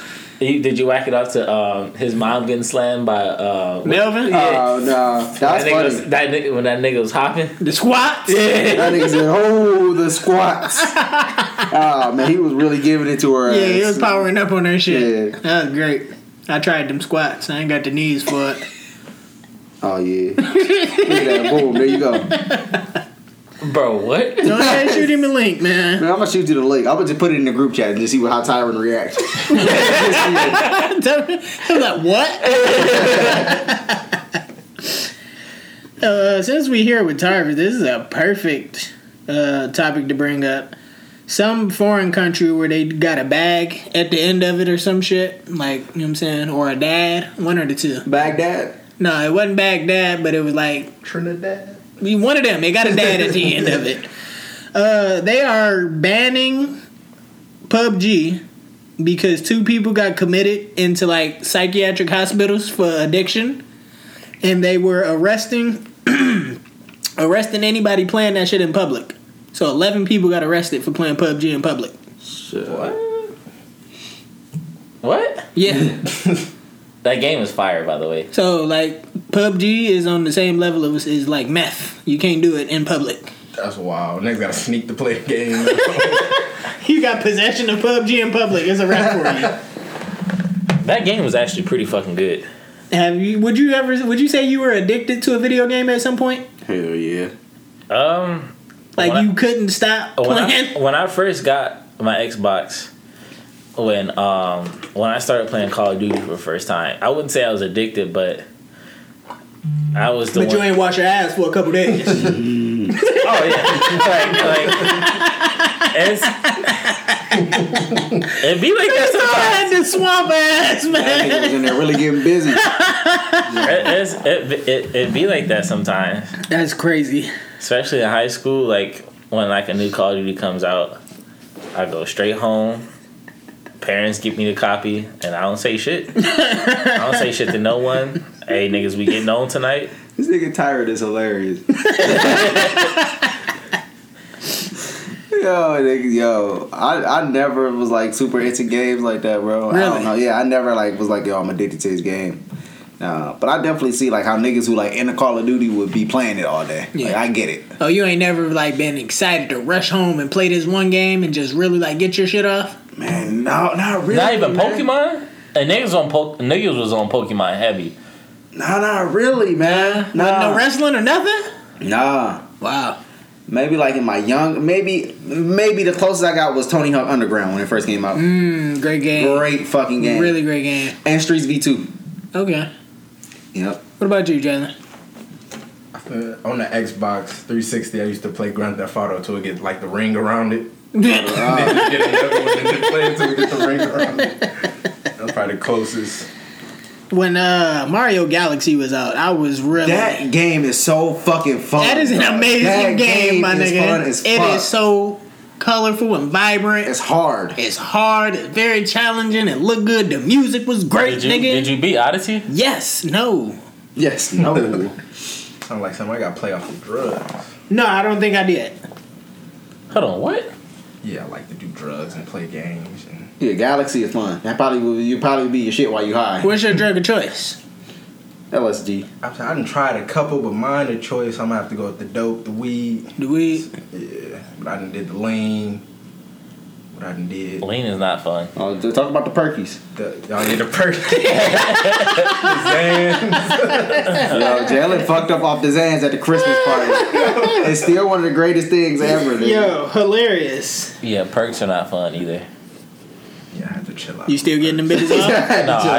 though.
You- Did you whack it off to um, his mom getting slammed by uh,
Melvin?
Oh no,
that
that's
nigga was,
funny.
that nigga, when that nigga was hopping?
The squats?
That nigga said, "Oh, the squats." Oh man, he was really giving it to her.
Yeah, he
ass.
was powering up on that shit.
Yeah.
That was great. I tried them squats. I ain't got the knees for it.
Oh yeah. Look at that. Boom. There you go.
Bro, what?
Don't try to shoot him a link, man.
Man, I'm gonna shoot you the link. I'm gonna just put it in the group chat and just see how Tyron reacts.
I'm like, what? uh, since we here with Tarvis, this is a perfect uh, topic to bring up. Some foreign country where they got a bag at the end of it or some shit, like you know what I'm saying, or a dad, one or the two.
Baghdad.
No, it wasn't Baghdad, but it was like
Trinidad.
we- one of them. They got a dad at the end of it. Uh, they are banning PUBG because two people got committed into like psychiatric hospitals for addiction, and they were arresting arresting anybody playing that shit in public. So eleven people got arrested for playing PUBG in public.
What? What?
Yeah.
That game is fire, by the way.
so like PUBG is on the same level of is like meth. You can't do it in public.
That's wild. Niggas gotta sneak to play a game.
You got possession of PUBG in public. It's a wrap for you.
That game was actually pretty fucking good.
Have you? Would you ever? Would you say you were addicted to a video game at some point?
Hell yeah.
Um,
Like
When I- Oh,
you couldn't stop
when I,
playing.
when I first got my Xbox, when um when I started playing Call of Duty for the first time, I wouldn't say I was addicted, but I was the
but you
one.
ain't wash your ass for a couple days.
Oh yeah, like like it's. It be like that
I
sometimes.
had this swamp ass, man.
Nigga was in there really getting busy.
It, it's, it, it, it be like that sometimes.
That's crazy.
especially in high school like when like a new call of duty comes out i go straight home parents give me the copy and i don't say shit i don't say shit to no one hey niggas we getting on tonight
This nigga tired is hilarious. Yo, nigga, yo, I, I never was like super into games like that, bro. I
Really?
don't know. Yeah, I never like was like yo, I'm addicted to this game. Nah, but I definitely see like how niggas who like in the Call of Duty would be playing it all day. Like
Yeah.
I get it.
Oh, you ain't never like been excited to rush home and play this one game and just really like get your shit off.
Man, no, not really.
Not even
man.
Pokemon. And niggas on po- niggas was on Pokemon heavy.
Nah, not really, man.
No
Nah,
wrestling or nothing.
nah.
Wow.
Maybe like in my young, maybe maybe the closest I got was Tony Hawk Underground when it first came out.
Mm, Great game.
Great fucking game.
Really great game.
And Streets V two.
Okay.
Yep.
What about you, Jalen?
Uh, on the Xbox 360, I used to play Grand Theft Auto till it get like the ring around it.
Uh,
Then you get another one and then play it till it get the ring around it. That's probably the closest.
when uh Mario Galaxy was out, I was really
that game is so fucking fun.
that is an
dog.
amazing
That
game, my
is
nigga.
Fun as
It
fuck.
is so colorful and vibrant. It's,
It's hard.
hard. It's very challenging. It looked good. The music was great,
Did you
nigga.
did you beat Odyssey?
yes. No.
Yes. No.
Sound like somebody got to play off the drugs.
No, I don't think I did.
Hold on, what?
Yeah, I like to do drugs and play games. And
yeah, Galaxy is fun. That probably would, you probably be your shit while you high.
What's your drug of choice?
LSD.
I've, I done tried a couple, but mine the choice. I'm gonna have to go with the dope, the weed.
Do we?
Yeah, but I done did the lean. What I done did.
Lean is not fun.
Oh, th- talk about the perkies.
The, y'all did the perk. Zans.
Yo, Jalen fucked up off the Zans at the Christmas party. it's still one of the greatest things ever. Nigga.
Yo, hilarious.
Yeah, perks are not fun either.
Yeah, I had to chill out.
You still getting them bitches off?
No, I, I, I,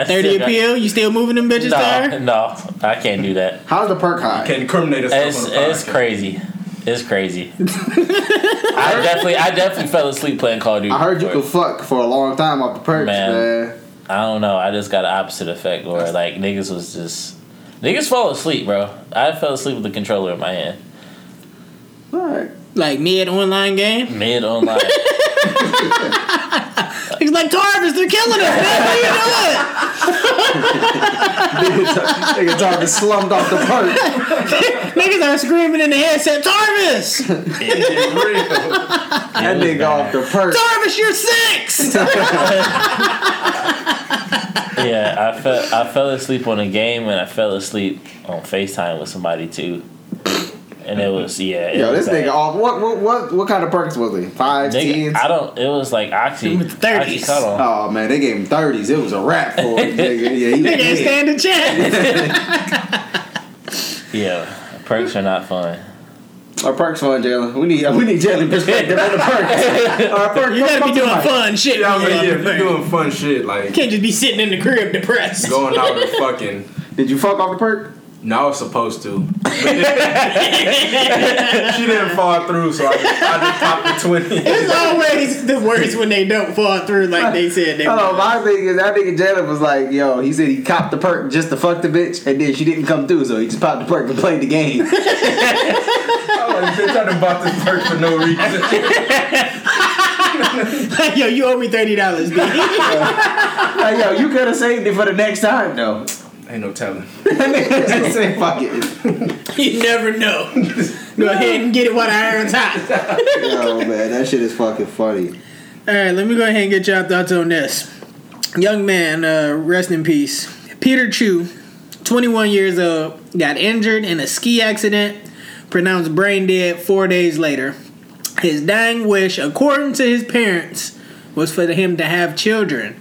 I
Thirty
still got-
appeal. You still moving them bitches
No,
there?
no, I can't do that.
How's the perk high?
Can't incriminate us.
It's it's crazy. It's crazy. I definitely I definitely fell asleep playing Call of Duty.
I heard you could
before.
fuck for a long time off the perks,
Man.
man.
I don't know. I just got an opposite effect where like niggas was just niggas fall asleep, bro. I fell asleep with the controller in my hand.
All right.
Like me at online game.
Mid online.
He's like Tarvis, they're killing us, man. What are you doing?
Nigga talking slumped off the perk.
Niggas are screaming in the headset, Tarvis!
That nigga off the perk.
Tarvis, you're six!
yeah, I fell I fell asleep on a game and I fell asleep on FaceTime with somebody too. And it was yeah. It
Yo,
was
this
bad.
nigga off. What what what what kind of perks was it? Five,
Nigga,
tens?
I don't. It was like Oxy.
With the 30s.
Oxy Cuddle.
Oh man, they gave him thirties. It was a wrap for him, nigga. Yeah, he
Nigga ain't
dead.
stand a chance.
Yeah, perks are not fun.
Our perks fun, Jalen. We need we need Jalen perspective on the perks. Our perk,
You gotta be doing
perks-
fun shit.
Yeah,
when
I
you're
mean,
on the
yeah,
thing.
if you're doing fun shit like
Can't just be sitting in the crib depressed.
going out and fucking.
Did you fuck off the perk?
No, I was supposed to. But then- she didn't fall through, so I just, I just popped the 20.
It's always the worst when they don't fall through like they said they
Oh,
would.
my thing is, that nigga Jalen was like, yo, he said he copped the perk just to fuck the bitch, and then she didn't come through, so he just popped the perk and played the game.
I was like, bitch, I done bought this perk for no reason. Oh.
Yo, you owe me thirty dollars, bitch.
like, yo, you could have saved it for the next time, though.
Ain't no telling.
Just say, fuck it.
you never know. Go ahead and get it while the iron's hot.
Yo, man, that shit is fucking funny.
All right, let me go ahead and get y'all thoughts on this. Young man, uh, rest in peace. Peter Chu, 21 years old, got injured in a ski accident, pronounced brain dead four days later. His dying wish, according to his parents, was for him to have children.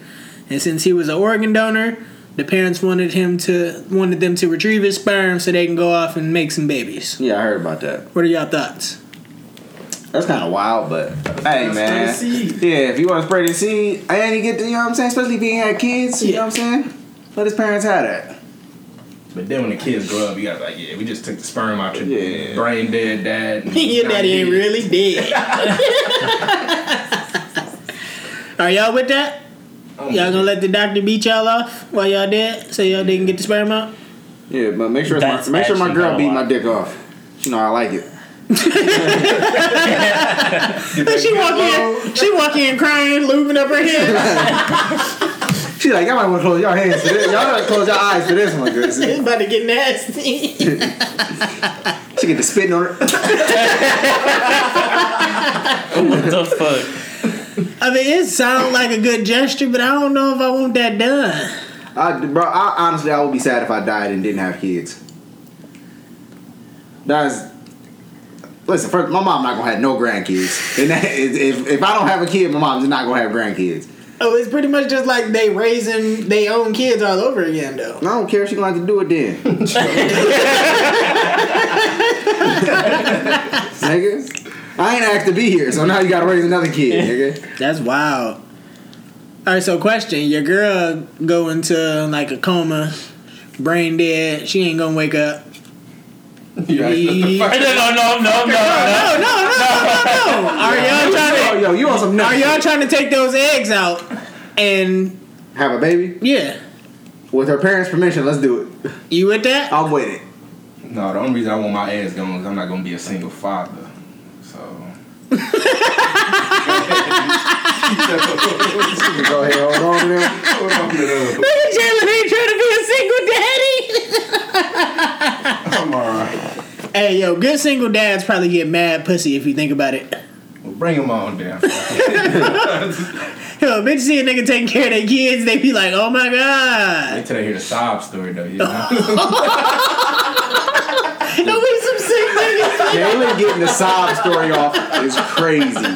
And since he was an organ donor, the parents wanted him to wanted them to retrieve his sperm so they can go off and make some babies.
Yeah, I heard about that.
What are y'all thoughts?
That's kind of wild, but hey,
spread
man.
the seed.
Yeah, if you want to spread the seed, and you get, the, you know what I'm saying? Especially if he ain't had kids, you know what I'm saying? Let his parents have that.
But then when the kids grow up, you gotta like, yeah, we just took the sperm out your
Yeah.
brain dead dad. and
Your
now
daddy
you
ain't
dead.
really dead. Are y'all with that?
Oh,
Y'all gonna let the doctor beat y'all off while y'all dead so y'all didn't get the sperm out?
Yeah, but make sure it's
That's
my, make sure my
actually
girl
kinda
beat my
wild.
dick off. You know I like it.
She walk in, she walk in crying, lubing up her head.
She like, y'all might want to close y'all hands. For this. Y'all gotta close your eyes for this one, girl.
it's about to get nasty.
She get the spitting on her.
What the fuck?
I mean, it sounds like a good gesture, but I don't know if I want that done.
I, bro, I, honestly, I would be sad if I died and didn't have kids. That's listen. First, my mom not gonna have no grandkids, and that, is- if if I don't have a kid, my mom's not gonna have grandkids.
Oh, it's pretty much just like they raising their own kids all over again, though.
I don't care if she gonna have to do it then. nigga. I ain't asked to be here, so now you gotta raise another kid, nigga.
That's wild. All right, so question: Your girl go into like a coma, brain dead. She ain't gonna wake up.
You like, what the fuck?
No, no, no, no, no, no.
Oh, No, no, no, no, no, no. Are y'all trying
Yo,
to?
yo, you on some nuts.
Are y'all trying to take those eggs out? And
have a baby?
yeah,
With her parents' permission, let's do it.
you with that?
I'm with it.
No, the only reason I want my ass gone is I'm not gonna be a single father. So.
Go ahead, hold on to them.
Hold on to those.
Jalen ain't trying to be a single daddy.
I'm alright.
hey, yo, good single dads probably get mad pussy if you think about it.
Well, bring him on down.
Yo, bitch, see a nigga taking care of their kids, they be like, oh my god.
Wait till they hear the sob story though. You know?
No, we some sick niggas.
Jalen getting the sob story off is crazy.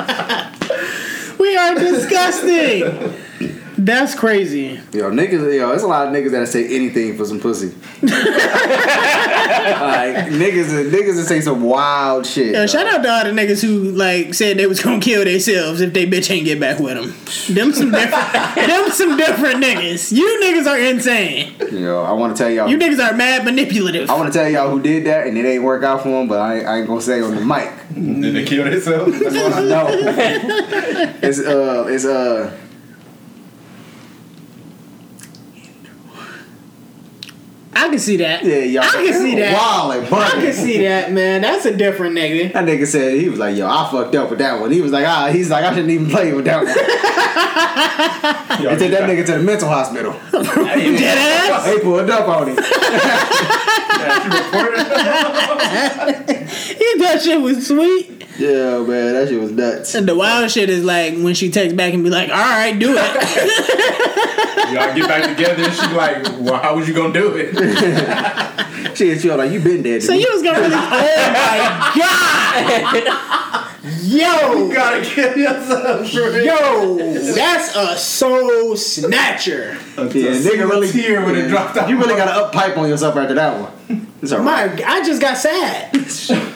We are disgusting. That's crazy.
Yo, niggas, yo, there's a lot of niggas that say anything for some pussy. like niggas, niggas that say some wild shit.
Yo, shout out to all the niggas who like said they was gonna kill themselves if they bitch ain't get back with them. Them some different, them some different niggas. You niggas are insane.
Yo, I want to tell y'all.
You niggas are mad manipulative.
I want to tell y'all who did that, and it ain't work out for him. But I, I ain't gonna say on the mic.
Did they kill themselves? That's all I know.
No, it's uh, it's uh.
I can see that.
Yeah, y'all.
I can see that.
Wild and
I can
bugging.
see that, man. That's a different nigga.
That nigga said he was like, "Yo, I fucked up with that one." He was like, "Ah," he's like, "I shouldn't even play with that one."
Y'all
They took
just
that nigga to the mental hospital.
You dead ass.
They pulled up on him.
He thought shit was sweet.
yeah, man, that shit was nuts.
And the wild shit is like when she texts back and be like, "All right, do it."
Y'all get back together and she like, well, how was you gonna do it?
She hit you up like, "You been dead." to
so
me."
you was gonna really? Oh my god. Yo.
You gotta kill yourself, bro.
Yo, that's a soul snatcher.
A
Yeah, nigga really
tear would have dropped out.
You really got to up pipe on yourself after that one. It's all right.
My, I just got sad.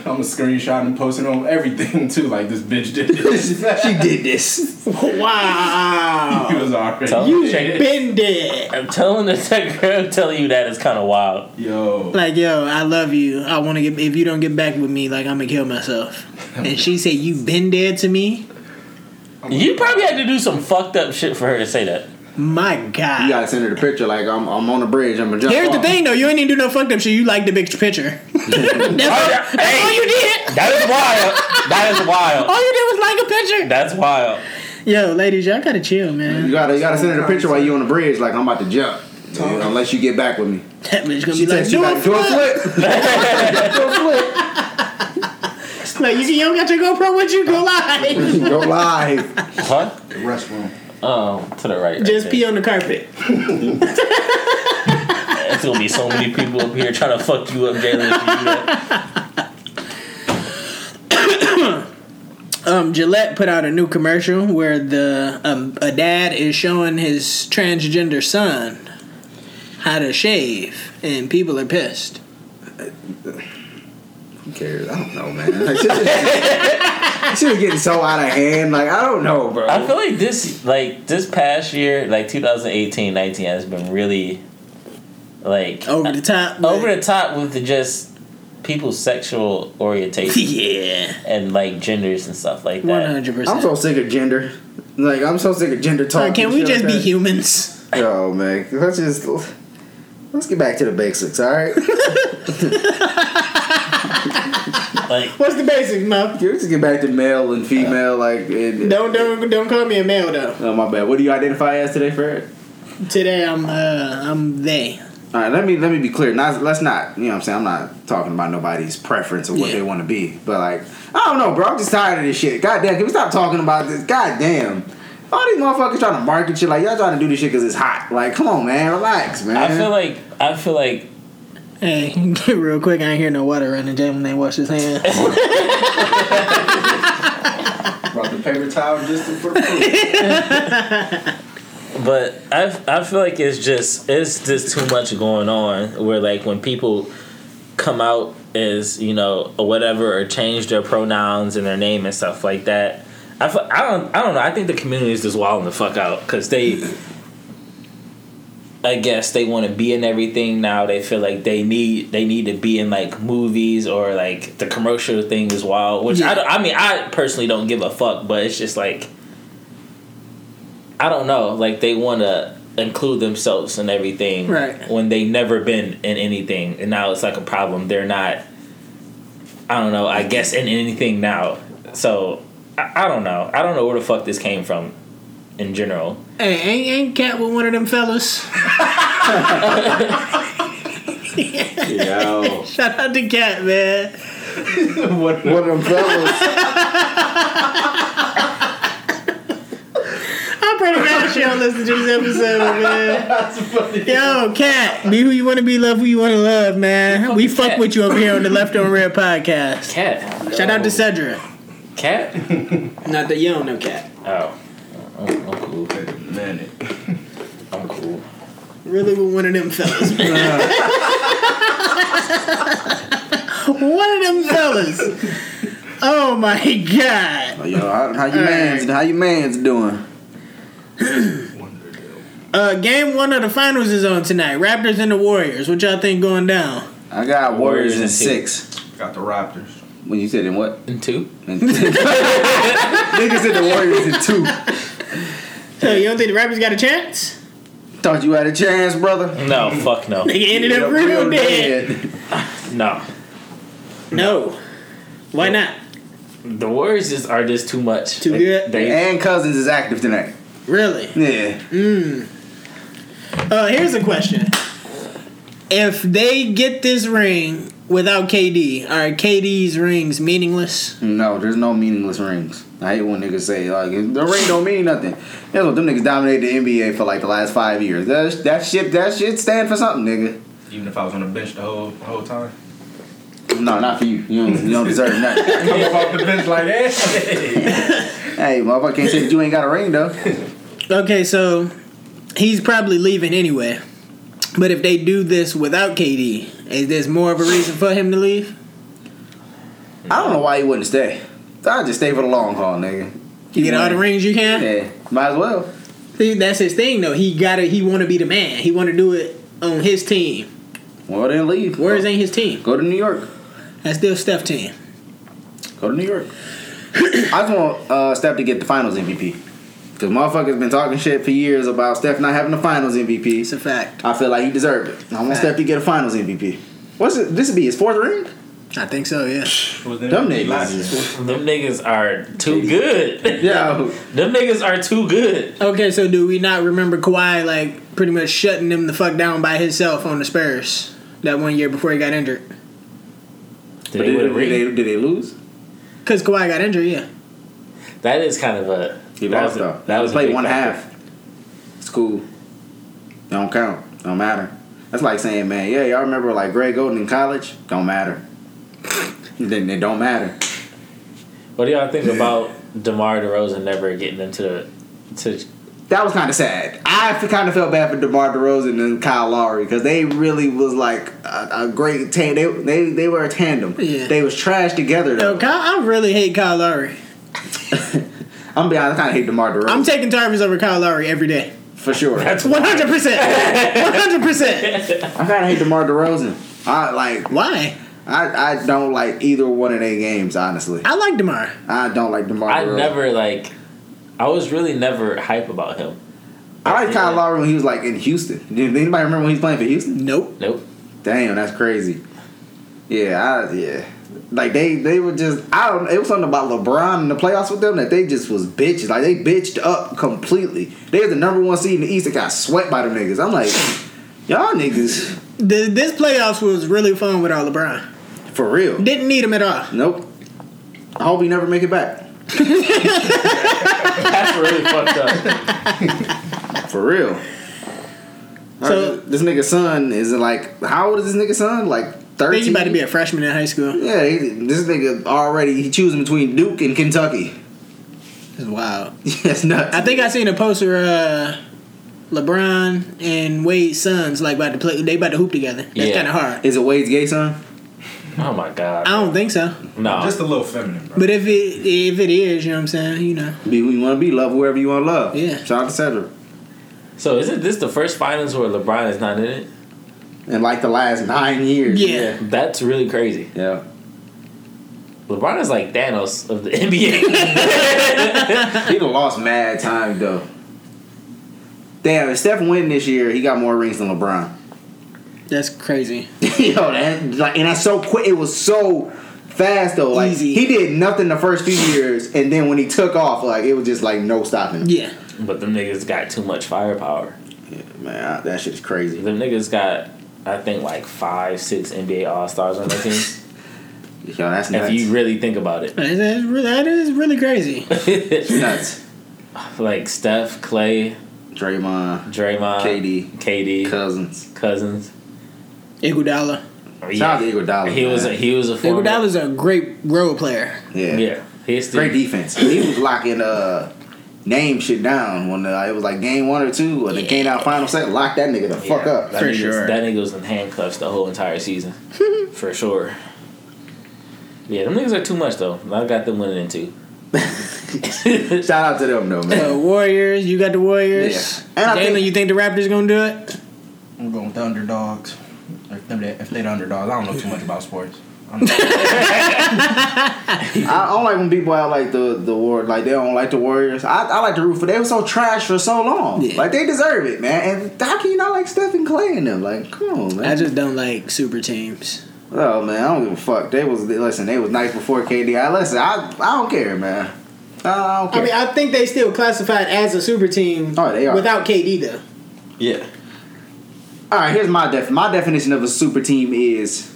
I'm a screenshot and posting on everything too. Like this bitch did this.
she did this.
He
wow.
was already.
Tell
You've
Shit.
been dead.
I'm telling this that girl telling you that is kind of wild.
Yo,
Like, yo, I love you. I want to get, if you don't get back with me, like, I'm going to kill myself. And she said, You've been dead to me?
You probably had to do some fucked up shit for her to say that.
My God.
You gotta send her the picture. Like I'm, I'm on the bridge. I'm gonna jump.
Here's the
off.
thing, though. You ain't even do no fucked up shit. You like the big picture. that's all,
Oh,
that's
Hey.
all you did.
That is wild. that is wild.
All you did was like a picture.
That's wild.
Yo, ladies, y'all gotta chill,
You
man.
gotta, you gotta send her the picture while you on the bridge. Like I'm about to jump. Unless you get back with me.
That bitch gonna
She
be like,
said she
do
like,
a
do a
flip.
flip. Do a flip.
Like, you, you don't got your GoPro with you? Go live.
Go live.
Huh?
the restroom.
Um, to the right.
Just
right
pee on the carpet.
there. It's gonna be so many people up here trying to fuck you up, Jalen. If you do that.
Um, Gillette put out a new commercial where the um, a dad is showing his transgender son how to shave, and people are pissed.
Who cares? I don't know, man. Like, she, was- she was getting so out of hand. Like I don't know, bro.
I feel like this, like this past year, like 2018, 19 has been really, like
Over the top. but-
over the top with the just people's sexual orientation
yeah,
and like genders and stuff like
one
that.
hundred
I'm so
percent.
sick of gender. Like I'm so sick of gender talk.
Can
and
we
shit
just
like
be
that.
humans?
Oh man, let's just let's get back to the basics. All right,
Like
What's the basics, Muff?
let's get back to male and female. Like, and,
Don't don't don't call me a male though.
oh my bad. What do you identify as today, Fred?
Today I'm uh I'm they.
All right, let me let me be clear. Not let's not. You know what I'm saying. I'm not talking about nobody's preference or what
Yeah.
they want to be. But like, I don't know, bro. I'm just tired of this shit. God damn, can we stop talking about this? God damn. All these motherfuckers trying to market shit like y'all trying to do this shit because it's hot. Like, come on, man, relax, man.
I feel like I feel like
Hey, real quick, I ain't hear no water running. Jalen ain't washed his hands.
Brought the paper towel just to put it
But I, I feel like it's just it's just too much going on. Where like when people come out as you know or whatever or change their pronouns and their name and stuff like that. I, feel, I don't I don't know. I think the community is just wilding the fuck out because they. I guess they want to be in everything now. They feel like they need they need to be in like movies or like the commercial thing is wild. Which I,
Yeah.
don't, I mean I personally don't give a fuck, but it's just like I don't know. Like they want to include themselves in everything,
Right.
When they never been in anything, and now it's like a problem. They're not. I don't know. I guess in anything now. So I, I don't know. I don't know where the fuck this came from, in general.
Hey, ain't ain't cat with one of them fellas.
Yo,
Shout out to cat, man.
what?
one of them fellas.
I'm pretty glad she don't listen to this episode, man.
That's funny.
Yo, cat, be who you want to be, love who you want to love, man. We
Fucking
fuck
Cat.
with you over here on the Left on Red podcast.
Cat.
Shout out to Cedra.
Cat.
Not that you don't know cat.
Oh. I'm, I'm cool.
Wait a minute.
I'm cool.
Really with one of them fellas, man. one of them fellas. Oh my god.
Yo, how, how you man's how you man's doing?
Uh, game one of the finals is on tonight. Raptors and the Warriors. What y'all think going down?
I got
Warriors
Warriors
in
in
two.
six.
Got the Raptors.
When you said in what?
And two.
Niggas said the Warriors in two.
So you don't think the Raptors got a chance?
Thought you had a chance, brother.
No. fuck no.
They ended
You're
up real dead.
No.
No. Why not?
The Warriors just are just too much.
Too
They-
good?
They,
And Cousins is active tonight.
Really?
Yeah.
Uh, here's a question. If they get this ring without KD, are KD's rings meaningless?
No, there's no meaningless rings. I hate when niggas say like the ring don't mean nothing. That's what them niggas dominated the NBA for like the last five years. That that shit that shit stand for something, nigga.
Even if I was on the bench the whole whole time.
No, not for you. You don't, you don't deserve nothing.
Come up off the bench like that.
hey, motherfucker can't say that you ain't got a ring though.
Okay, so he's probably leaving anyway. But if they do this without KD, is there's more of a reason for him to leave?
I don't know why he wouldn't stay. I just stay for the long haul, nigga.
You get all the rings you can.
Yeah, might as well.
See, that's his thing though. He gotta. He want to be the man. He want to do it on his team.
Well, then leave.
Warriors ain't his team.
Go to New York.
That's still Steph team.
Go to New York. I just want uh, Steph to get the Finals MVP because motherfuckers been talking shit for years about Steph not having the Finals
It's
MVP.
a fact.
I feel like he deserved it. I want Steph to get a Finals MVP. What's it? This would be his fourth ring.
I think so. Yeah.
Them niggas.
Them niggas are too good.
Yeah.
Them niggas are too good.
Okay, so do we not remember Kawhi like pretty much shutting them the fuck down by himself on the Spurs that one year before he got injured?
Did
But
they win a
did,
ring?
did they, did they lose?
Cause Kawhi got injured. Yeah.
That is kind of a.
He
that
lost
was a-
though.
That was a
played
big
one
factor.
half. It's cool. It Don't count. Don't matter. That's like saying, man, yeah, y'all remember like Greg Golden in college? Don't matter. then it don't matter.
What do y'all think about DeMar DeRozan never getting into the to
That was kind of sad. I kind of felt bad for DeMar DeRozan and Kyle Lowry because they really was like a, a great team. They, they they were a tandem.
Yeah.
They was trash together
Yo,
though.
Kyle, I really hate Kyle Lowry.
I'm gonna be honest, I kind of hate DeMar DeRozan
I'm taking Tarvis over Kyle Lowry every day.
for sure. I
That's
One hundred percent. One hundred percent.
kind of hate DeMar DeRozan. I like
Why?
I, I don't like either one of their games honestly.
I like Demar.
I don't like DeMar.
I
DeRozan.
never like. I was really never hype about him.
I like Kyle
Yeah.
Lowry when he was like in Houston. Did anybody remember when he was playing for Houston?
Nope.
Nope.
Damn, that's crazy. Yeah, I, yeah. Like they they were just I don't. It was something about LeBron in the playoffs with them that they just was bitches. Like they bitched up completely. They was the number one seed in the East that got swept by them niggas. I'm like, y'all niggas
Th- This playoffs was really fun without LeBron.
for real.
Didn't need him at all.
Nope. I hope he never make it back.
That's really fucked up.
For real.
So-
So this nigga's son is like how old is this nigga's son? Like
I
thirteen.
think he about to be a freshman in high school.
Yeah, he, this nigga already he choosing between Duke and Kentucky.
It's wild.
That's nuts.
I think I seen a poster. Uh, LeBron and Wade's sons like about to play. They about to hoop together. That's
Yeah.
kind of hard.
is it Wade's gay son.
Oh my god.
I don't think so.
No.
Just a little feminine, bro.
But if it if it is, you know what I'm saying. You know,
Be who you want to be. Love whoever you want to love.
Yeah.
Shout out to Cedric.
so isn't this the first finals where LeBron is not in it?
And like the last nine years.
Yeah.
That's really crazy.
Yeah.
LeBron is like Thanos of the NBA.
He done lost mad time though. Damn, if Steph win this year, he got more rings than LeBron.
that's crazy.
Yo, that like, and that's so quick. It was so fast though. Like
Easy.
he did nothing the first few years, and then when he took off, like it was just like no stopping.
Yeah,
but them niggas got too much firepower.
Man, I- that shit is crazy.
Them niggas got, I think, like five, six NBA All Stars on their team.
Yo, that's nuts.
if you really think about it.
that is really, that is really crazy.
nuts.
like Steph, Clay,
Draymond,
Draymond,
KD,
KD,
Cousins.
Cousins.
Iguodala.
Shout out to Iguodala.
He was a,
man.
he was a former,
Iguodala's a great role player.
yeah.
yeah. He's still
Great defense. He was locking uh name shit down when uh, it was like game one or two, and then came out final set. Locked that nigga the fuck
Yeah.
up.
That
For
nigga,
sure.
That nigga was in handcuffs the whole entire season. for sure. Yeah, them niggas are too much though. I got them winning in two.
Shout out to them though, man.
So Warriors, you got the Warriors.
Yeah. And I
Jalen,
think-
you think the Raptors gonna do it?
I'm going with the underdogs. If they're, if they're the underdogs, I don't know too much about sports. I'm
I don't like when people out like the the war like they don't like the Warriors. I, I like to root for they were so trash for so long.
Yeah.
Like they deserve it, man. And how can you not like Stephen Clay and them? Like, come on, man.
I just don't like super teams.
oh man, I don't give a fuck. They was listen, they was nice before KD. I listen, I I don't care, man. I, I don't care.
I mean, I think they still classified as a super team
Oh, they are.
without KD though.
yeah. All right, here's my def. My definition of a super team is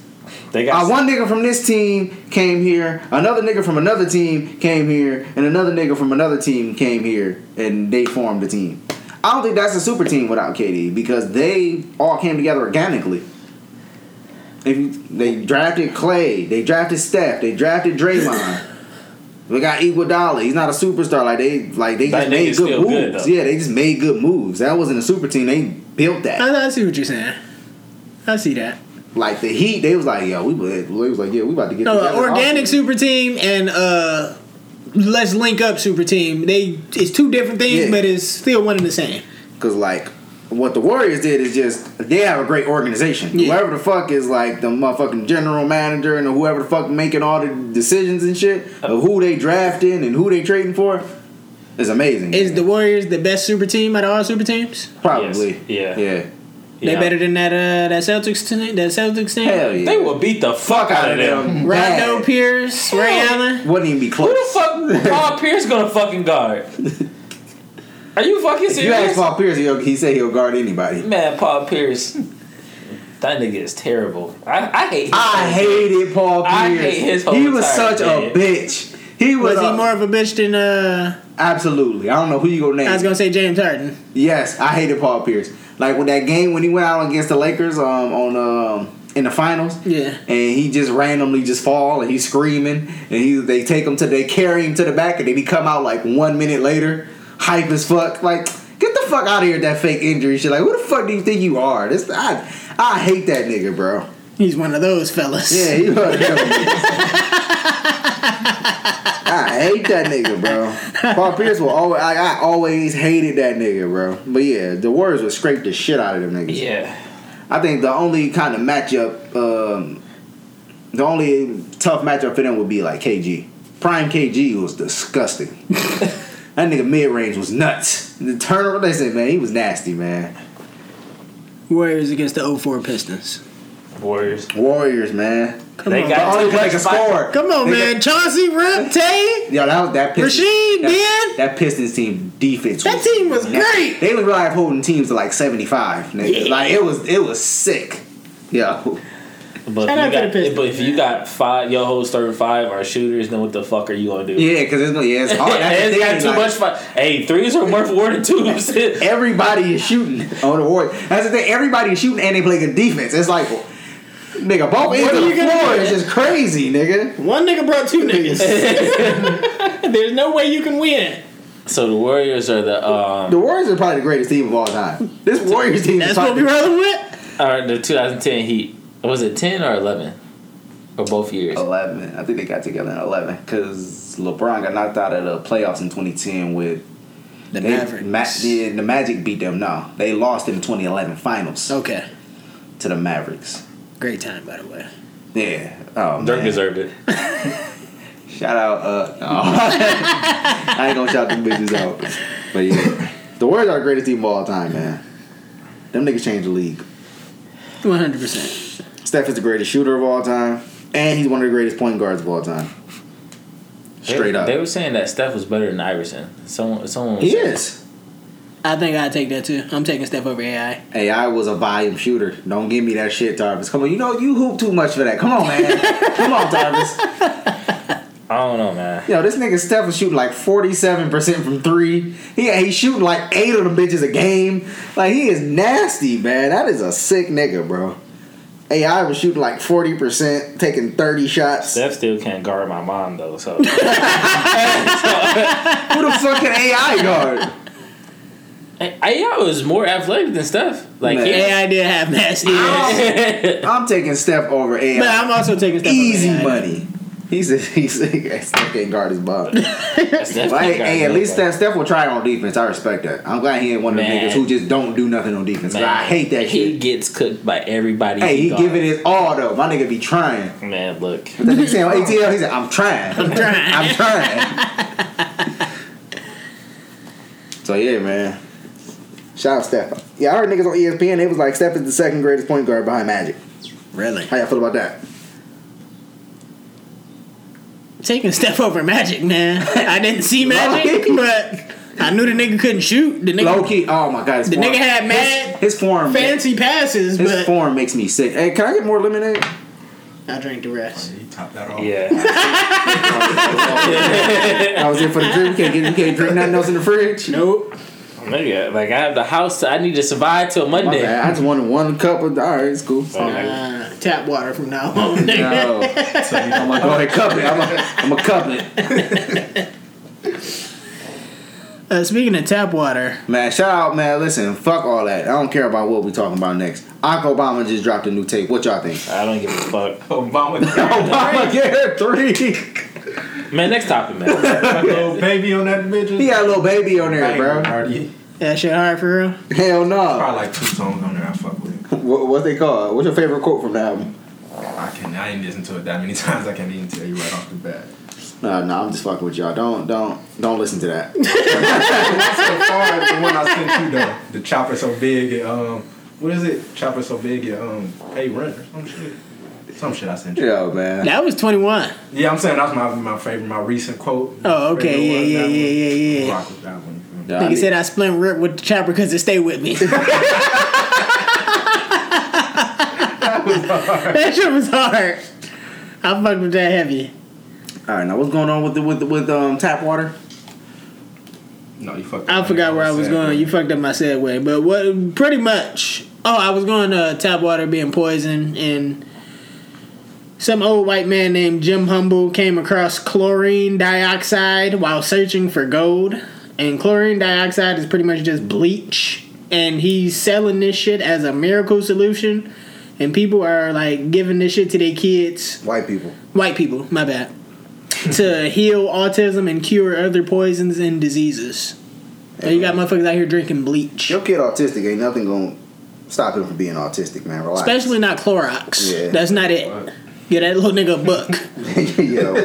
They
uh,
got
one nigga from this team came here, another nigga from another team came here, and another nigga from another team came here, and they formed a team. I don't think that's a super team without KD because they all came together organically. If you, they drafted Clay, they drafted Steph, they drafted Draymond. We got Iguodala. He's not a superstar. Like they, like they
That
just made
nigga's
good
still good,
moves.
though.
yeah, they just made good moves. That wasn't a super team. They built that.
I, I see what you're saying. I see that.
Like the Heat, they was like, yo, we was, they was like, yeah, we about to get
No, uh,
together.
organic
Awesome.
super team and uh, let's link up super team. They it's two different things,
Yeah.
but it's still one and the same.
Cause like what the Warriors did is just they have a great organization.
Yeah.
Whoever the fuck is like the motherfucking general manager and whoever the fuck making all the decisions and shit of who they drafting and who they trading for is amazing.
Is the Warriors the best super team out of all super teams?
probably
Yes. Yeah.
yeah
They better than that uh, that Celtics team. That Celtics team.
hell yeah
They will beat the fuck out of them.
Rondo,
Bad.
Pierce, Ray
Yeah.
Allen.
wouldn't even be
Who
close.
the fuck Paul Pierce gonna fucking guard? Are you fucking
If you ask
serious?
Paul Pierce, he'll, he said he'll guard anybody.
Man, Paul Pierce. That nigga is terrible. I, I hate him.
I hated Paul Pierce.
I hate his whole
he was
entire
such
band.
a bitch. He was,
Was he
a-
more of a bitch than uh?
absolutely. I don't know who you gonna name.
I was gonna say James Harden.
Yes, I hated Paul Pierce. Like with that game when he went out against the Lakers um, on um, in the finals.
Yeah.
And he just randomly just fall and he's screaming and he they take him to they carry him to the back and then he come out like one minute later, hype as fuck. Like get the fuck out of here with that fake injury shit. Like who the fuck do you think you are? This I I hate that nigga, bro.
He's one of those fellas.
Yeah, he was. I hate that nigga, bro. Paul Pierce will always. I, I always hated that nigga, bro. But yeah, the Warriors would scrape the shit out of them niggas.
Yeah.
I think the only kind of matchup, um, the only tough matchup for them would be like KG. Prime KG was disgusting. that nigga mid range was nuts. The turn, listen, man, he was nasty, man.
Warriors against the 04 Pistons.
Warriors.
Warriors, man.
Come
They
on,
got-
Only 'cause they can score.
come on,
They can-
man. Chauncey, Rip, Tay.
Yo, that was that Pistons.
Rasheed,
that,
man.
That Pistons team defense.
That team was great.
They was like holding teams to like seventy five. Nigga. Like it was, it was sick. Yo,
But
Shout
if,
out
you
to the
got,
Pistons,
but if you got five, your whole starting five are shooters, then what the fuck are you gonna do?
yeah, because it's no, yeah, it's hard. That's the
it's
thing,
got too
like,
much fun. Hey, threes are worth more than twos.
Everybody is shooting on the Warriors. That's the thing. Everybody is shooting and they play good defense. It's like, nigga, both ends
are
of the
you gonna
floor
do?
is just crazy, nigga.
One nigga brought two niggas. There's no way you can win.
so the Warriors are the um
The Warriors are probably the greatest team of all time. This Warriors team is
That's what
probably
we rolling with.
are the 2010 Heat. Was it 10 or 11 or both years?
Oh, 11. I think they got together in 11 because LeBron got knocked out of the playoffs in 2010 with
The
they,
Mavericks.
Ma- yeah, the Magic beat them. No, they lost in the 2011 finals
Okay.
to the Mavericks.
Great time, by the way.
Yeah. Oh,
Dirk
man.
deserved it.
Shout out. Uh, no. I ain't gonna shout them bitches out. But yeah, the Warriors are the greatest team of all time, man. Them niggas changed the league.
100%.
Steph is the greatest shooter of all time, and he's one of the greatest point guards of all time. Straight
they,
up,
They were saying that Steph was better than Iverson. Someone, someone was
he
saying-
is.
I think I take that too. I'm taking Steph over AI.
AI was a volume shooter. Don't give me that shit, Tarvis. Come on, you know you hoop too much for that. Come on, man. Come on, Tarvis.
I don't know, man.
Yo, this nigga Steph was shooting like forty-seven percent from three. Yeah, he's shooting like eight of them bitches a game. Like he is nasty, man. That is a sick nigga, bro. AI was shooting like forty percent, taking thirty shots.
Steph still can't guard my mom though. So
Who the fuck can AI guard?
I, I was more athletic than Steph. Like
Man.
he-
AI did have mass ears.
I'm taking Steph over AI.
But I'm also taking Steph
Easy
over AI.
money. He said he said Steph can't guard his bum.
Steph
Well,
can't
hey,
guard
hey, at
nobody.
least Steph, Steph will try on defense. I respect that. I'm glad he ain't one of the
Man.
niggas who just don't do nothing on defense. 'cause I hate that
He
shit.
gets cooked by everybody.
Hey, he
guards.
giving his all though. My nigga be trying.
Man, look.
But he saying on ATL, he said, "I'm trying, I'm
trying."
I'm trying." so yeah, man. Shout out Steph. Yeah, I heard niggas on E ESPN. It was like Steph is the second greatest point guard behind Magic.
Really?
How y'all feel about that?
Taking Steph over Magic, man. I didn't see Magic, but I knew the nigga couldn't shoot. The nigga,
Low key. Oh my god, his
The
form-
nigga had
his-
mad
His, form.
fancy passes,
His
but
form makes me sick. Hey, can I get more lemonade?
I drank the rest.
He topped that off.
Yeah.
I was in for the drink. We can't, get, we can't drink nothing else in the fridge.
Nope.
Nigga, like I have the house. I need to survive till
My
Monday.
bad. I just wanted one cup of. All right, it's cool.
Uh, tap water from now on.
No. I'm like, go ahead, cup it. I'm a, I'm a cup it.
Uh, speaking of tap water,
Man, shout out, man. Listen, fuck all that. I don't care about what we talking about next. Uncle Obama just dropped a new tape. What y'all think?
I don't give a fuck.
Obama
Obama get three.
Man, next topic, man.
got a little baby on that bitch.
He got a little baby on
I
there,
ain't gonna
bro.
argue.
that shit hard for real.
Hell no.
Probably like two songs on there. I fuck with it.
What, what they call it? What's your favorite quote from the album?
I can. I ain't listened to it that many times. I can't even tell you right off the bat.
No, no, I'm just fucking with y'all. Don't, don't, don't listen to that.
so far, the one I sent you though, the chopper so big. It, um, what is it? Chopper so big. It, um, pay rent or some shit. Some shit I sent you.
Yo, man.
That was 21.
Yeah, I'm saying that's my my favorite, my recent quote.
Oh, okay.
Favorite one,
Yeah,
that
yeah, yeah,
one.
yeah, yeah.
Rock with that one. you feel me?
Yeah, I
Nigga
need-
said I split rip with the chopper because it stayed with me. that shit was hard. I fucked with that heavy.
all right, now what's going on with the with the, with um tap water?
No, you fucked.
I
up.
forgot where I was
said,
going.
man.
You fucked up my segue, but what? Pretty much. Oh, I was going to tap water being poisoned, and some old white man named Jim Humble came across chlorine dioxide while searching for gold. And chlorine dioxide is pretty much just bleach, and he's selling this shit as a miracle solution. And people are like giving this shit to their kids
White people.
white people, my bad, to heal autism and cure other poisons and diseases. So you got motherfuckers out here drinking bleach,
Your kid autistic ain't nothing gonna stop him from being autistic, man. Relax.
especially not Clorox.
Yeah.
That's not it.
What?
Get that little nigga a buck.
Yo,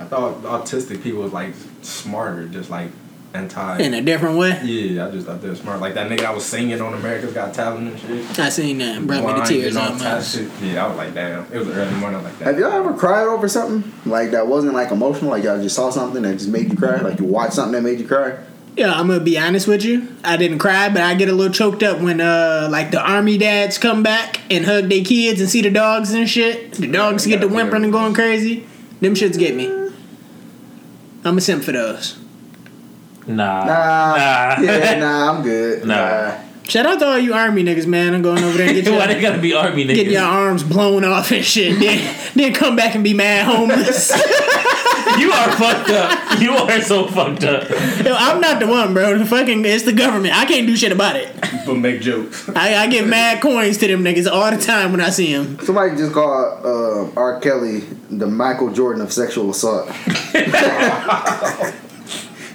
I thought autistic people was like smarter, just like anti.
In a different way,
yeah, I just thought they were smart. Like that nigga I was singing on America's Got Talent and shit.
I seen that and brought me to
Blind
tears
and all that
almost.
shit. Yeah, I was like, damn. It was early morning. I was like, that.
have y'all ever cried over something like that wasn't like emotional? Like y'all just saw something that just made you cry? Like you watched something that made you cry?
Yeah, I'm gonna be honest with you. I didn't cry, but I get a little choked up when uh like the army dads come back and hug their kids and see the dogs and shit. The dogs get to whimpering and going crazy. Them shits get me. I'm a simp for those.
Nah.
Nah.
Nah.
Yeah, nah, I'm good.
Nah.
Shout out to all you army niggas, man. I'm going over there and get
Why they
your,
gotta be army niggas?
get your arms blown off and shit. Then, then come back and be mad homeless.
You are fucked up. You are so fucked up.
Yo, I'm not the one, bro. The fucking it's the government. I can't do shit about it.
People make jokes.
I, I give mad coins to them niggas all the time when I see them.
Somebody just called uh, R. Kelly the Michael Jordan of sexual assault.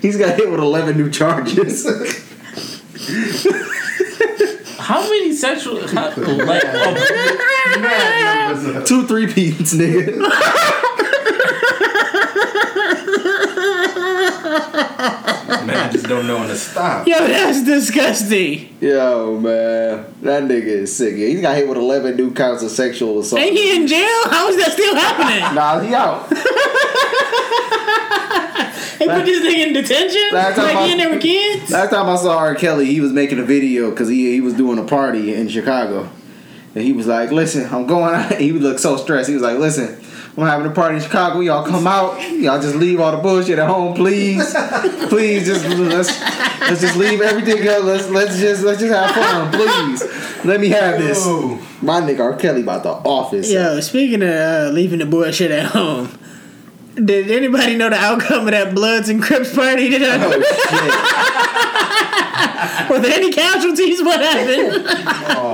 He's got hit with 11 new charges.
How many sexual? How, like, oh,
Two three peats, nigga.
Man, just don't know when to stop.
Yo, that's disgusting.
Yo, man. That nigga is sick. Yeah, He got hit with 11 new counts of sexual assault.
Ain't he in jail? How is that still happening?
Nah, he out.
They put this nigga in detention?
Last time
Like
I-
he in there with kids?
Last time I saw R. Kelly, he was making a video because he, he was doing a party in Chicago. And he was like, listen, I'm going out. He looked so stressed. He was like, listen, I'm having a party in Chicago. Y'all come out. Y'all just leave all the bullshit at home, please. Please just let's let's just leave everything else. Let's let's just let's just have fun, please. Let me have this.
Yo.
My nigga R. Kelly about the office.
Yo, speaking of uh, leaving the bullshit at home, did anybody know the outcome of that Bloods and Crips party? Did I,
Oh
were there any casualties? What happened?
shit.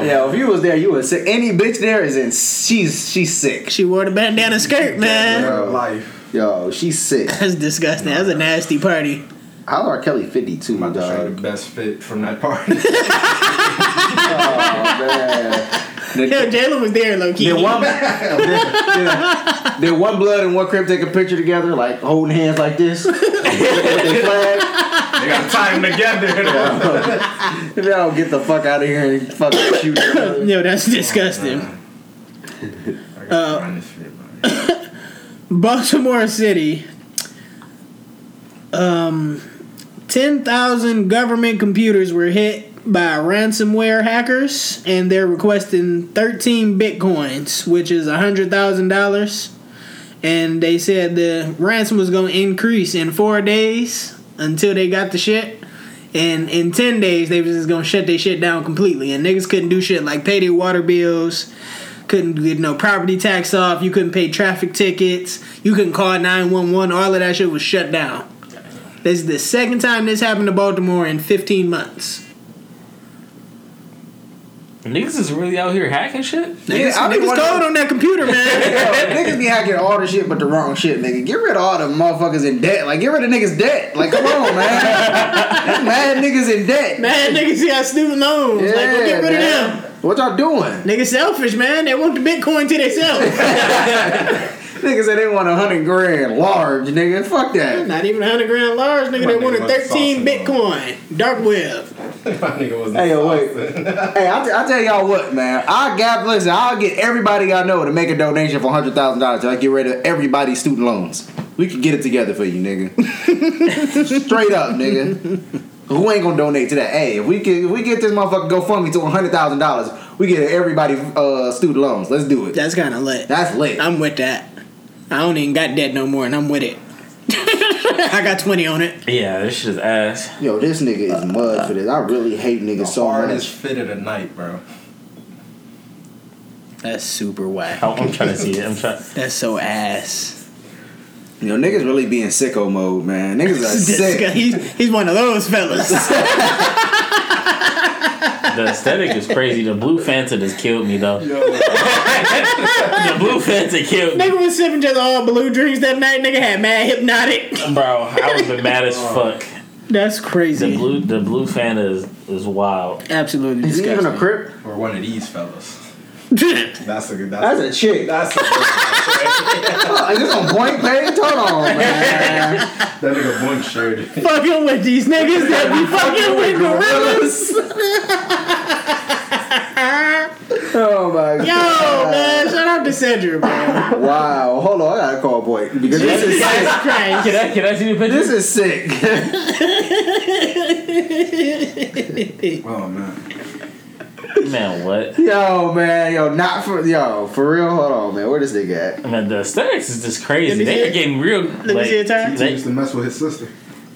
Yo, if you was there, you was sick. Any bitch there is in she's she's sick.
she wore the bandana skirt, man.
Bro.
Life.
Yo, she's sick.
That's disgusting. That's a nasty party.
How R. Kelly 52, my
I'm about to show you
dog?
the best fit from that party.
Yo,
Did,
Jalen was there, low key.
did one, did- did one blood and one crib take a picture together, like holding hands like this? with their flag?
they got time together.
If y'all don't get the fuck out of here and fucking shoot each other.
Yo, that's disgusting.
I
Uh,
gotta find this fit, man.
Baltimore City. Um, ten thousand government computers were hit by ransomware hackers, and they're requesting thirteen bitcoins, which is hundred thousand dollars. And they said the ransom was going to increase in four days until they got the shit. And in ten days, they was just gonna shut their shit down completely, and niggas couldn't do shit like pay their water bills, couldn't get no property tax off, you couldn't pay traffic tickets, you couldn't call nine one one. All of that shit was shut down. This is the second time this happened to Baltimore in fifteen months.
Niggas is really out here hacking shit.
Yeah,
Niggas,
I be
niggas
wondering-
cold on that computer, man.
niggas be hacking all the shit but the wrong shit, nigga. Get rid of all the motherfuckers in debt. Like, get rid of niggas debt. Like, come on, man. That's mad niggas in debt.
man, niggas got student loans. like, go get rid of them.
man. What y'all doing?
Niggas selfish, man. They want the Bitcoin to themselves.
Niggas said they want a hundred grand large, nigga. Fuck that.
Not even a hundred grand large, nigga.
My
They
nigga
wanted
was
thirteen
saucing
Bitcoin. Dark web.
My nigga was
Hey, yo, wait.
exhausted.
Hey, I, t- I tell y'all what, man. I got listen. I'll get everybody I know to make a donation for hundred thousand dollars. I get rid of everybody's student loans. We can get it together for you, nigga. Straight up, nigga. Who ain't gonna donate to that? Hey, if we get if we get this motherfucker GoFundMe to one hundred thousand dollars, we get everybody uh, student loans. Let's do it.
That's kind of lit.
That's lit.
I'm with that. I don't even got debt no more, and I'm with it. I got twenty on it.
Yeah, this shit is ass.
Yo, this nigga is mud for this. I really hate niggas so much.
Hardest fit of the night, bro.
That's super whack.
Oh, I'm trying to see it. I'm trying.
That's so ass.
Yo, niggas really being sicko mode, man. Niggas are
Disgu-
sick.
He's, he's one of those fellas.
The aesthetic is crazy. The blue Fanta just killed me though. the blue Fanta killed me,
nigga was sipping just all blue drinks that night. Nigga had mad hypnotic.
bro. I was been mad as
Oh,
fuck.
That's
The
crazy.
blue, the blue Fanta is, is wild.
Absolutely
Is he
disgusting.
even a crip?
Or one of these fellas. That's a good.
That's
That's,
a chick.
That's a good.
Is this on point page? Hold on, man.
that nigga one shirt.
fucking with these niggas that be fucking with gorillas.
Oh my
Yo,
god.
man, shout out to Cedric, man.
Wow. Hold on, I gotta call boy. Because this is sick.
Jesus Christ.
Can I, can I see the
This
picture?
is sick.
Oh man.
Man, what?
Yo, man, yo, not for yo, for real. Hold on, man. Where this nigga at?
Man, the aesthetics is just crazy.
Let me see
They are
it.
getting real. Let
me see it, Ty.
He used to mess with his sister.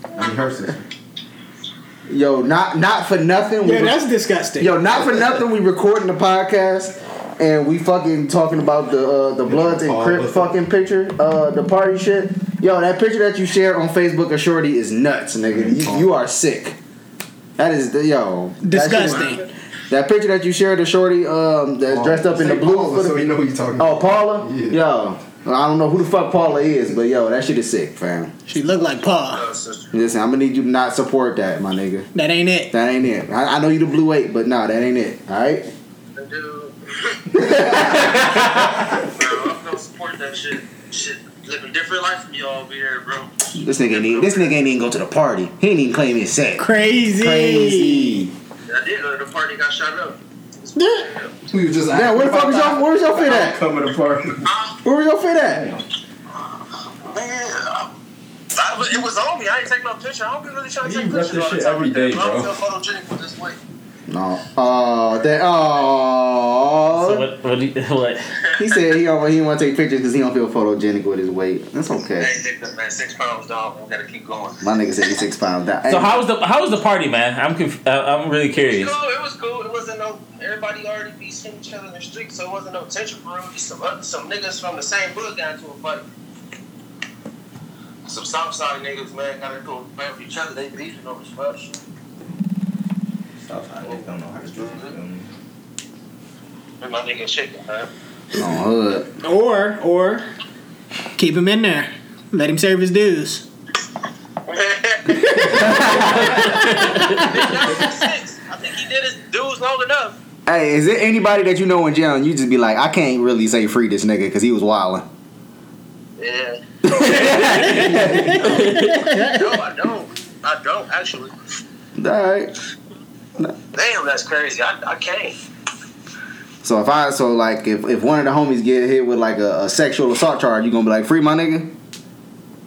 I mean her sister.
Yo, not not for nothing. We
Yo,
re-
that's disgusting.
yo, not for nothing. We recording the podcast and we fucking talking about the uh, the Bloods and
Paul
Crip
Luther.
fucking picture, uh, the party shit. Yo, that picture that you shared on Facebook of Shorty is nuts, nigga. You, you are sick. That is yo that shit is-
disgusting.
That picture that you shared, the shorty um, that's dressed up in the
Oh, Say
blue.
Paula,
for the-
so you know who you talking
oh,
about.
Paula?
Yeah.
Yo, I don't know who the fuck Paula is, but yo, that shit is sick, fam.
She looked like Paul.
Listen, I'm gonna need you to not support that, my nigga.
That ain't it.
That ain't it. I, I know you the blue eight, but nah, that ain't it. All right.
Dude. bro, I'm gonna support that shit. Shit, living different life from y'all over here, bro.
This nigga ain't even, this nigga ain't even go to the party. He ain't even claim his set.
Crazy.
Crazy.
I did go to the party, got shot up.
Duh.
We was just.
Yeah, where the fuck was y'all? Where was y'all fit Oh. at?
Coming to party.
Where was y'all fit at?
Man, I, I, was- it was on me. I didn't take no picture. I don't be really trying to
You
take
rep
pictures.
this
all the
shit
time
every
like that,
day,
but I
bro.
don't feel photogenic for this way.
No. Oh, that.
So
Oh.
what? What? do you- what?
He said he over. He don't want to take pictures because he don't feel photogenic with his weight. That's okay.
Hey, nigga, man, six pounds, dog. We gotta keep going.
My nigga said he's six pounds. Hey,
So how was the how was the party, man? I'm conf- uh, I'm really
It
curious.
was cool. It was cool. It wasn't no. Everybody already be seeing each other in the street, so it wasn't no tension for real. Just some other, some niggas from the same hood got into a fight. Some Southside niggas, man, got into a fight with each other. They beefing over some other shit.
Southside niggas don't know how to do
And My nigga shaking, man.
on hood.
Or or keep him in there. Let him serve his dues.
I think he did his dues long enough.
Hey, is there anybody that you know in jail and you just be like, I can't really say free this nigga because he was wilding?
Yeah. no, I don't. I don't actually.
Alright.
Damn, that's crazy. I, I can't.
So if I so like if, if one of the homies get hit with like a, a sexual assault charge, you gonna be like, free my nigga?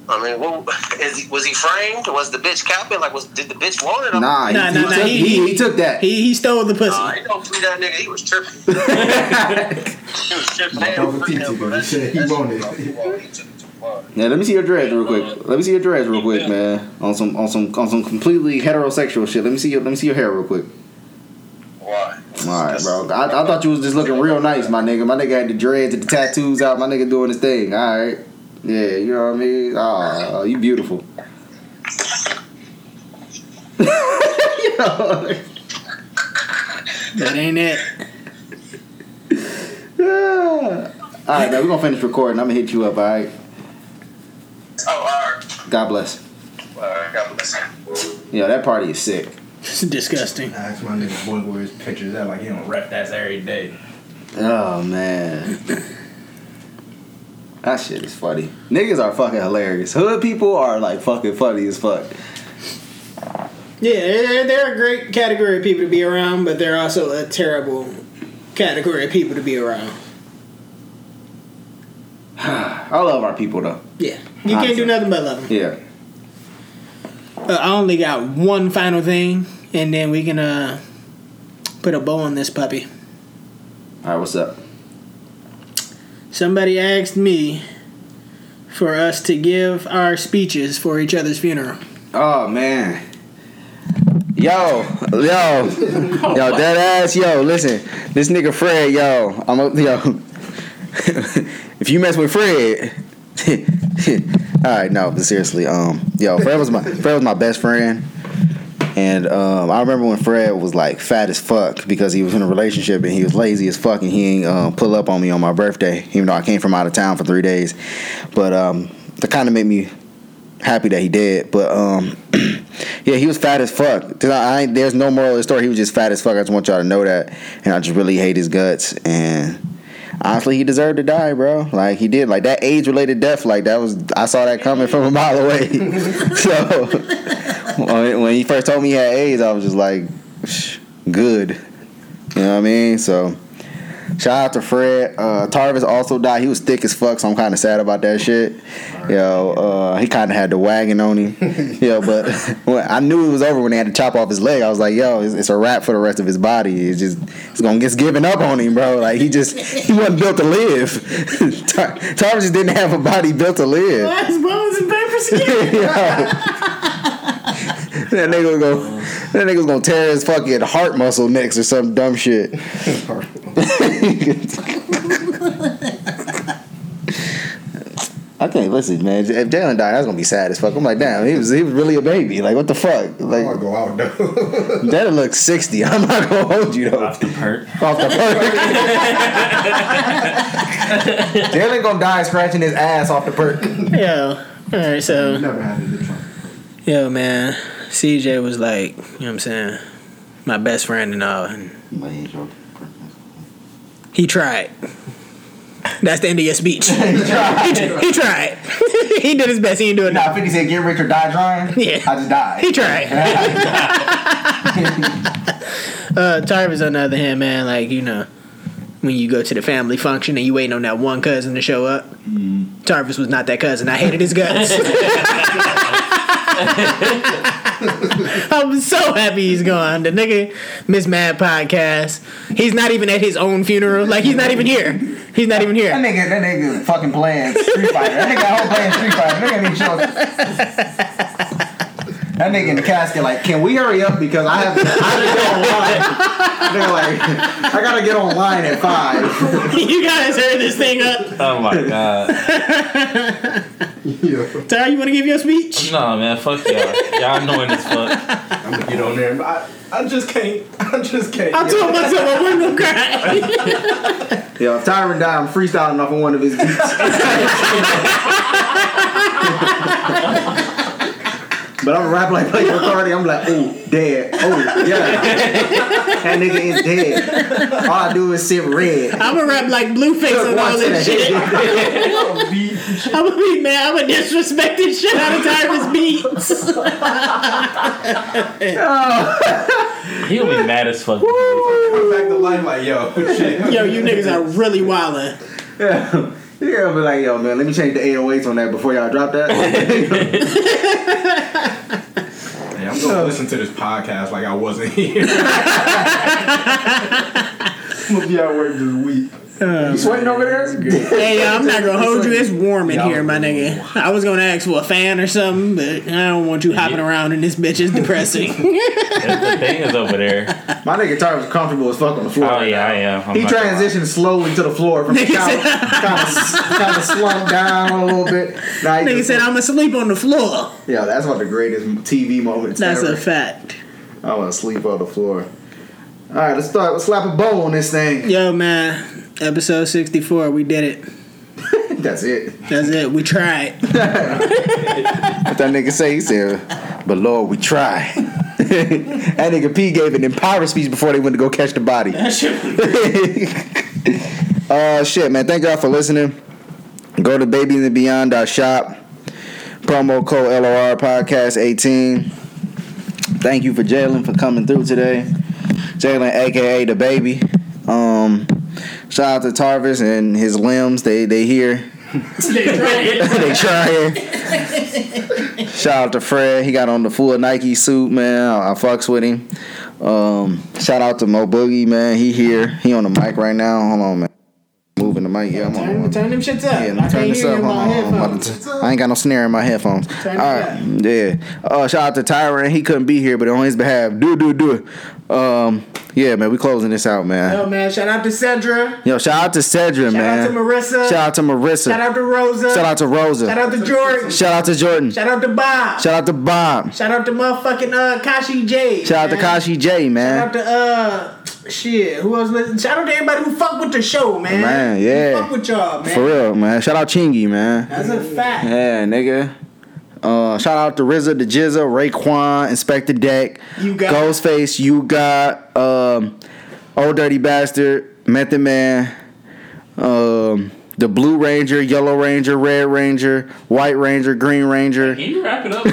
I mean, what, is he, was he framed? Was the bitch capping? Like, was did the bitch want it?
Nah, he,
Nah,
he
nah, nah,
took,
he-
he, he took that.
He he stole the
Nah,
pussy.
he don't free that nigga. He was tripping. he was tripping.
My brother Titi, but he said he wanted it.
He took it. Word.
Yeah, let me see your dreads real quick. Let me see your dreads real quick, man. On some on some on some completely heterosexual shit. Let me see your let me see your hair real quick.
Why?
All right, bro. I, I thought you was just looking real nice, my nigga. My nigga had the dreads and the tattoos out. My nigga doing his thing. All right. Yeah, you know what I mean. Oh, you beautiful. Yo.
That ain't it.
Yeah. All right, man. We're gonna finish recording. I'm gonna hit you up. All right.
Oh,
God bless.
all right. All right. God bless you.
Yo, that party is sick.
It's disgusting.
I asked my nigga boy where his pictures at. Like he don't rep that every day.
Oh man. That shit is funny. Niggas are fucking hilarious. Hood people are like fucking funny as fuck.
Yeah, they're, they're a great category of people to be around, but they're also a terrible category of people to be around.
I love our people though.
Yeah, you can't do
Awesome.
nothing but love 'em.
Yeah.
Uh, I only got one final thing, and then we can uh, put a bow on this puppy.
All right, what's up?
Somebody asked me for us to give our speeches for each other's funeral.
Oh man. Yo, yo, yo, dead ass, yo. Listen, this nigga Fred, yo, I'm a, yo. if you mess with Fred, all right, no, but seriously, um, yo, Fred was my Fred was my best friend, and um, I remember when Fred was like fat as fuck because he was in a relationship and he was lazy as fuck and he ain't um, pull up on me on my birthday, even though I came from out of town for three days, but um, that kind of made me happy that he did. But um, yeah, he was fat as fuck. Dude, I, I ain't- there's no moral of the story. He was just fat as fuck. I just want y'all to know that, and I just really hate his guts. And honestly, he deserved to die, bro. Like he did. Like that age related death. Like that was I saw that coming from a mile away. so when when he first told me he had AIDS, I was just like, "Shh, good. You know what I mean? So. Shout out to Fred. Uh, Tarvis also died. He was thick as fuck, so I'm kind of sad about that shit. Yo, uh, he kind of had the wagon on him. yo, but when I knew it was over when they had to chop off his leg. I was like, yo, it's, it's a wrap for the rest of his body. It's just, it's gonna get given up on him, bro. Like he just, he wasn't built to live. Tar- Tarvis just didn't have a body built to live.
Last bones and paper skin.
that nigga was gonna, that nigga was gonna tear his fucking heart muscle next or some dumb shit. I can't listen, man. If Jalen died, I was gonna be sad as fuck. I'm like, damn, he was he was really a baby. Like, what the fuck?
I
Like,
wanna go out though.
Jalen looked sixty. I'm not gonna hold you though.
Off the perk.
Off the perk. Jalen gonna die scratching his ass off the perk.
Yo, all right, so.
Never had it. in Trump.
Yo, man, CJ was like, you know what I'm saying, my best friend and all. And he tried. That's the end of your speech. he, tr- he tried. he did his best. He didn't do enough.
Nah, Fifty said, "Get rich or die trying."
Yeah.
I just died.
He tried. uh, Tarvis, on the other hand, man, like, you know, when you go to the family function and you waiting on that one cousin to show up, Tarvis was not that cousin. I hated his guts. I'm so happy he's gone. The nigga, Miss Mad Podcast, he's not even at his own funeral. Like, he's not even here. He's not even
That
here.
nigga, that nigga fucking playing Street Fighter. That nigga out playing Street Fighter. Nigga need children. That nigga in the casket, like, can we hurry up because I have, I have to get online. Nigga, like, I gotta get online at five.
you guys heard this thing up.
Oh my god.
Yeah.
Tar, you want to give your speech?
No man, fuck y'all. Y'all annoying as fuck.
I'm gonna get on there. But I, I just can't. I just can't.
I told myself I wasn't gonna cry.
Yo, if Tyron died, I'm freestyling off of one of his beats. But I'm rapping like Playboy Cardi. I'm like, ooh, dead. Oh, yeah. That nigga is dead. All I do is sit red.
I'm gonna rap like Blueface and all this shit. I'm gonna be mad. I'm gonna disrespect the shit out of Tyrus Beats.
He'll be mad as fuck.
Come back to life, like yo, shit.
Yo, you niggas are really wildin'.
Yeah, yeah, but like, yo, man, let me change the 808s on that before y'all drop that.
Hey, I'm gonna listen to this podcast like I wasn't here. I'm gonna be at work this week.
Uh,
You sweating over there?
hey, yo, I'm not gonna hold you. It's warm in here, my nigga. I was gonna ask for a fan or something, but I don't want you hopping around in this bitch. It's depressing.
the thing is over there.
My nigga Tyler's comfortable as fuck on the floor.
Oh
right
yeah, I
now.
am. I'm
He
not gonna lie.
transitioned slowly to the floor from the
Nigga
couch, kind of kind of slumped down a little bit. Now he
nigga
just-
said I'm asleep on the floor.
"Yeah, that's one of the greatest TV moments
That's
ever."
a fact.
I want to sleep on the floor. All right, let's start. Let's slap a bow on this thing.
Yo, man. Episode 64. We did it.
That's it.
That's it. We tried.
What that nigga say? He said, "But Lord, we try." that nigga P gave an empowering speech before they went to go catch the body. uh, shit, man. Thank y'all for listening. Go to babyandthebeyond.shop. Promo code LOR Podcast 18. Thank you for Jalen for coming through today. Jalen, aka the baby. Um, shout out to Tarvis and his limbs. They they here. they trying. Shout out to Fred. He got on the full Nike suit, man. I, I fucks with him. Um, shout out to Mo Boogie, man. He here. He on the mic right now. Hold on, man. Moving the mic. Yeah, I'm on.
Turn, turn them shits up.
Yeah,
I
let me
can't
turn this
hear you
up.
in
Hold
my
on, hold on. I'm
headphones.
about to- I ain't got no snare in my headphones.
Turn it
All
up.
right, yeah. Uh, shout out to Tyron. He couldn't be here, but on his behalf, do do do it. Um, yeah, man, we closing this out, man.
Yo, Oh, man. Shout out to Cedra.
Yo, shout out to Cedra,
Shout
man.
out to Marissa.
Shout out to Marissa.
Shout out to Rosa.
Shout out to Rosa.
Shout out to George.
Shout out to Jordan.
Shout out to Bob.
Shout out to Bob.
Shout out to motherfucking uh, Kashi J.
Shout out to
man.
Kashi J,
Shout out
man.
to uh shit. Who else listen? Shout out to everybody who fuck with the show, man.
Man,
Who
yeah.
fuck with y'all, man.
For real, man. Shout out Chingy, man.
That's a fact.
Yeah, nigga. Uh, shout out to RZA, the Jizza, Raekwon, Inspector Deck,
You got-
Ghostface, you got um, Old Dirty Bastard, Method Man, um, the Blue Ranger, Yellow Ranger, Red Ranger, White Ranger, Green Ranger.
Can you wrap it up?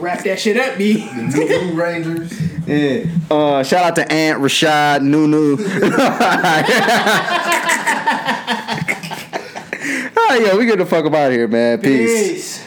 Wrap that shit up, B.
Blue Rangers.
Yeah. Uh, shout out to Aunt Rashad Nunu. Ah, oh yeah, we get the fuck up out of here, man. Peace.
Peace.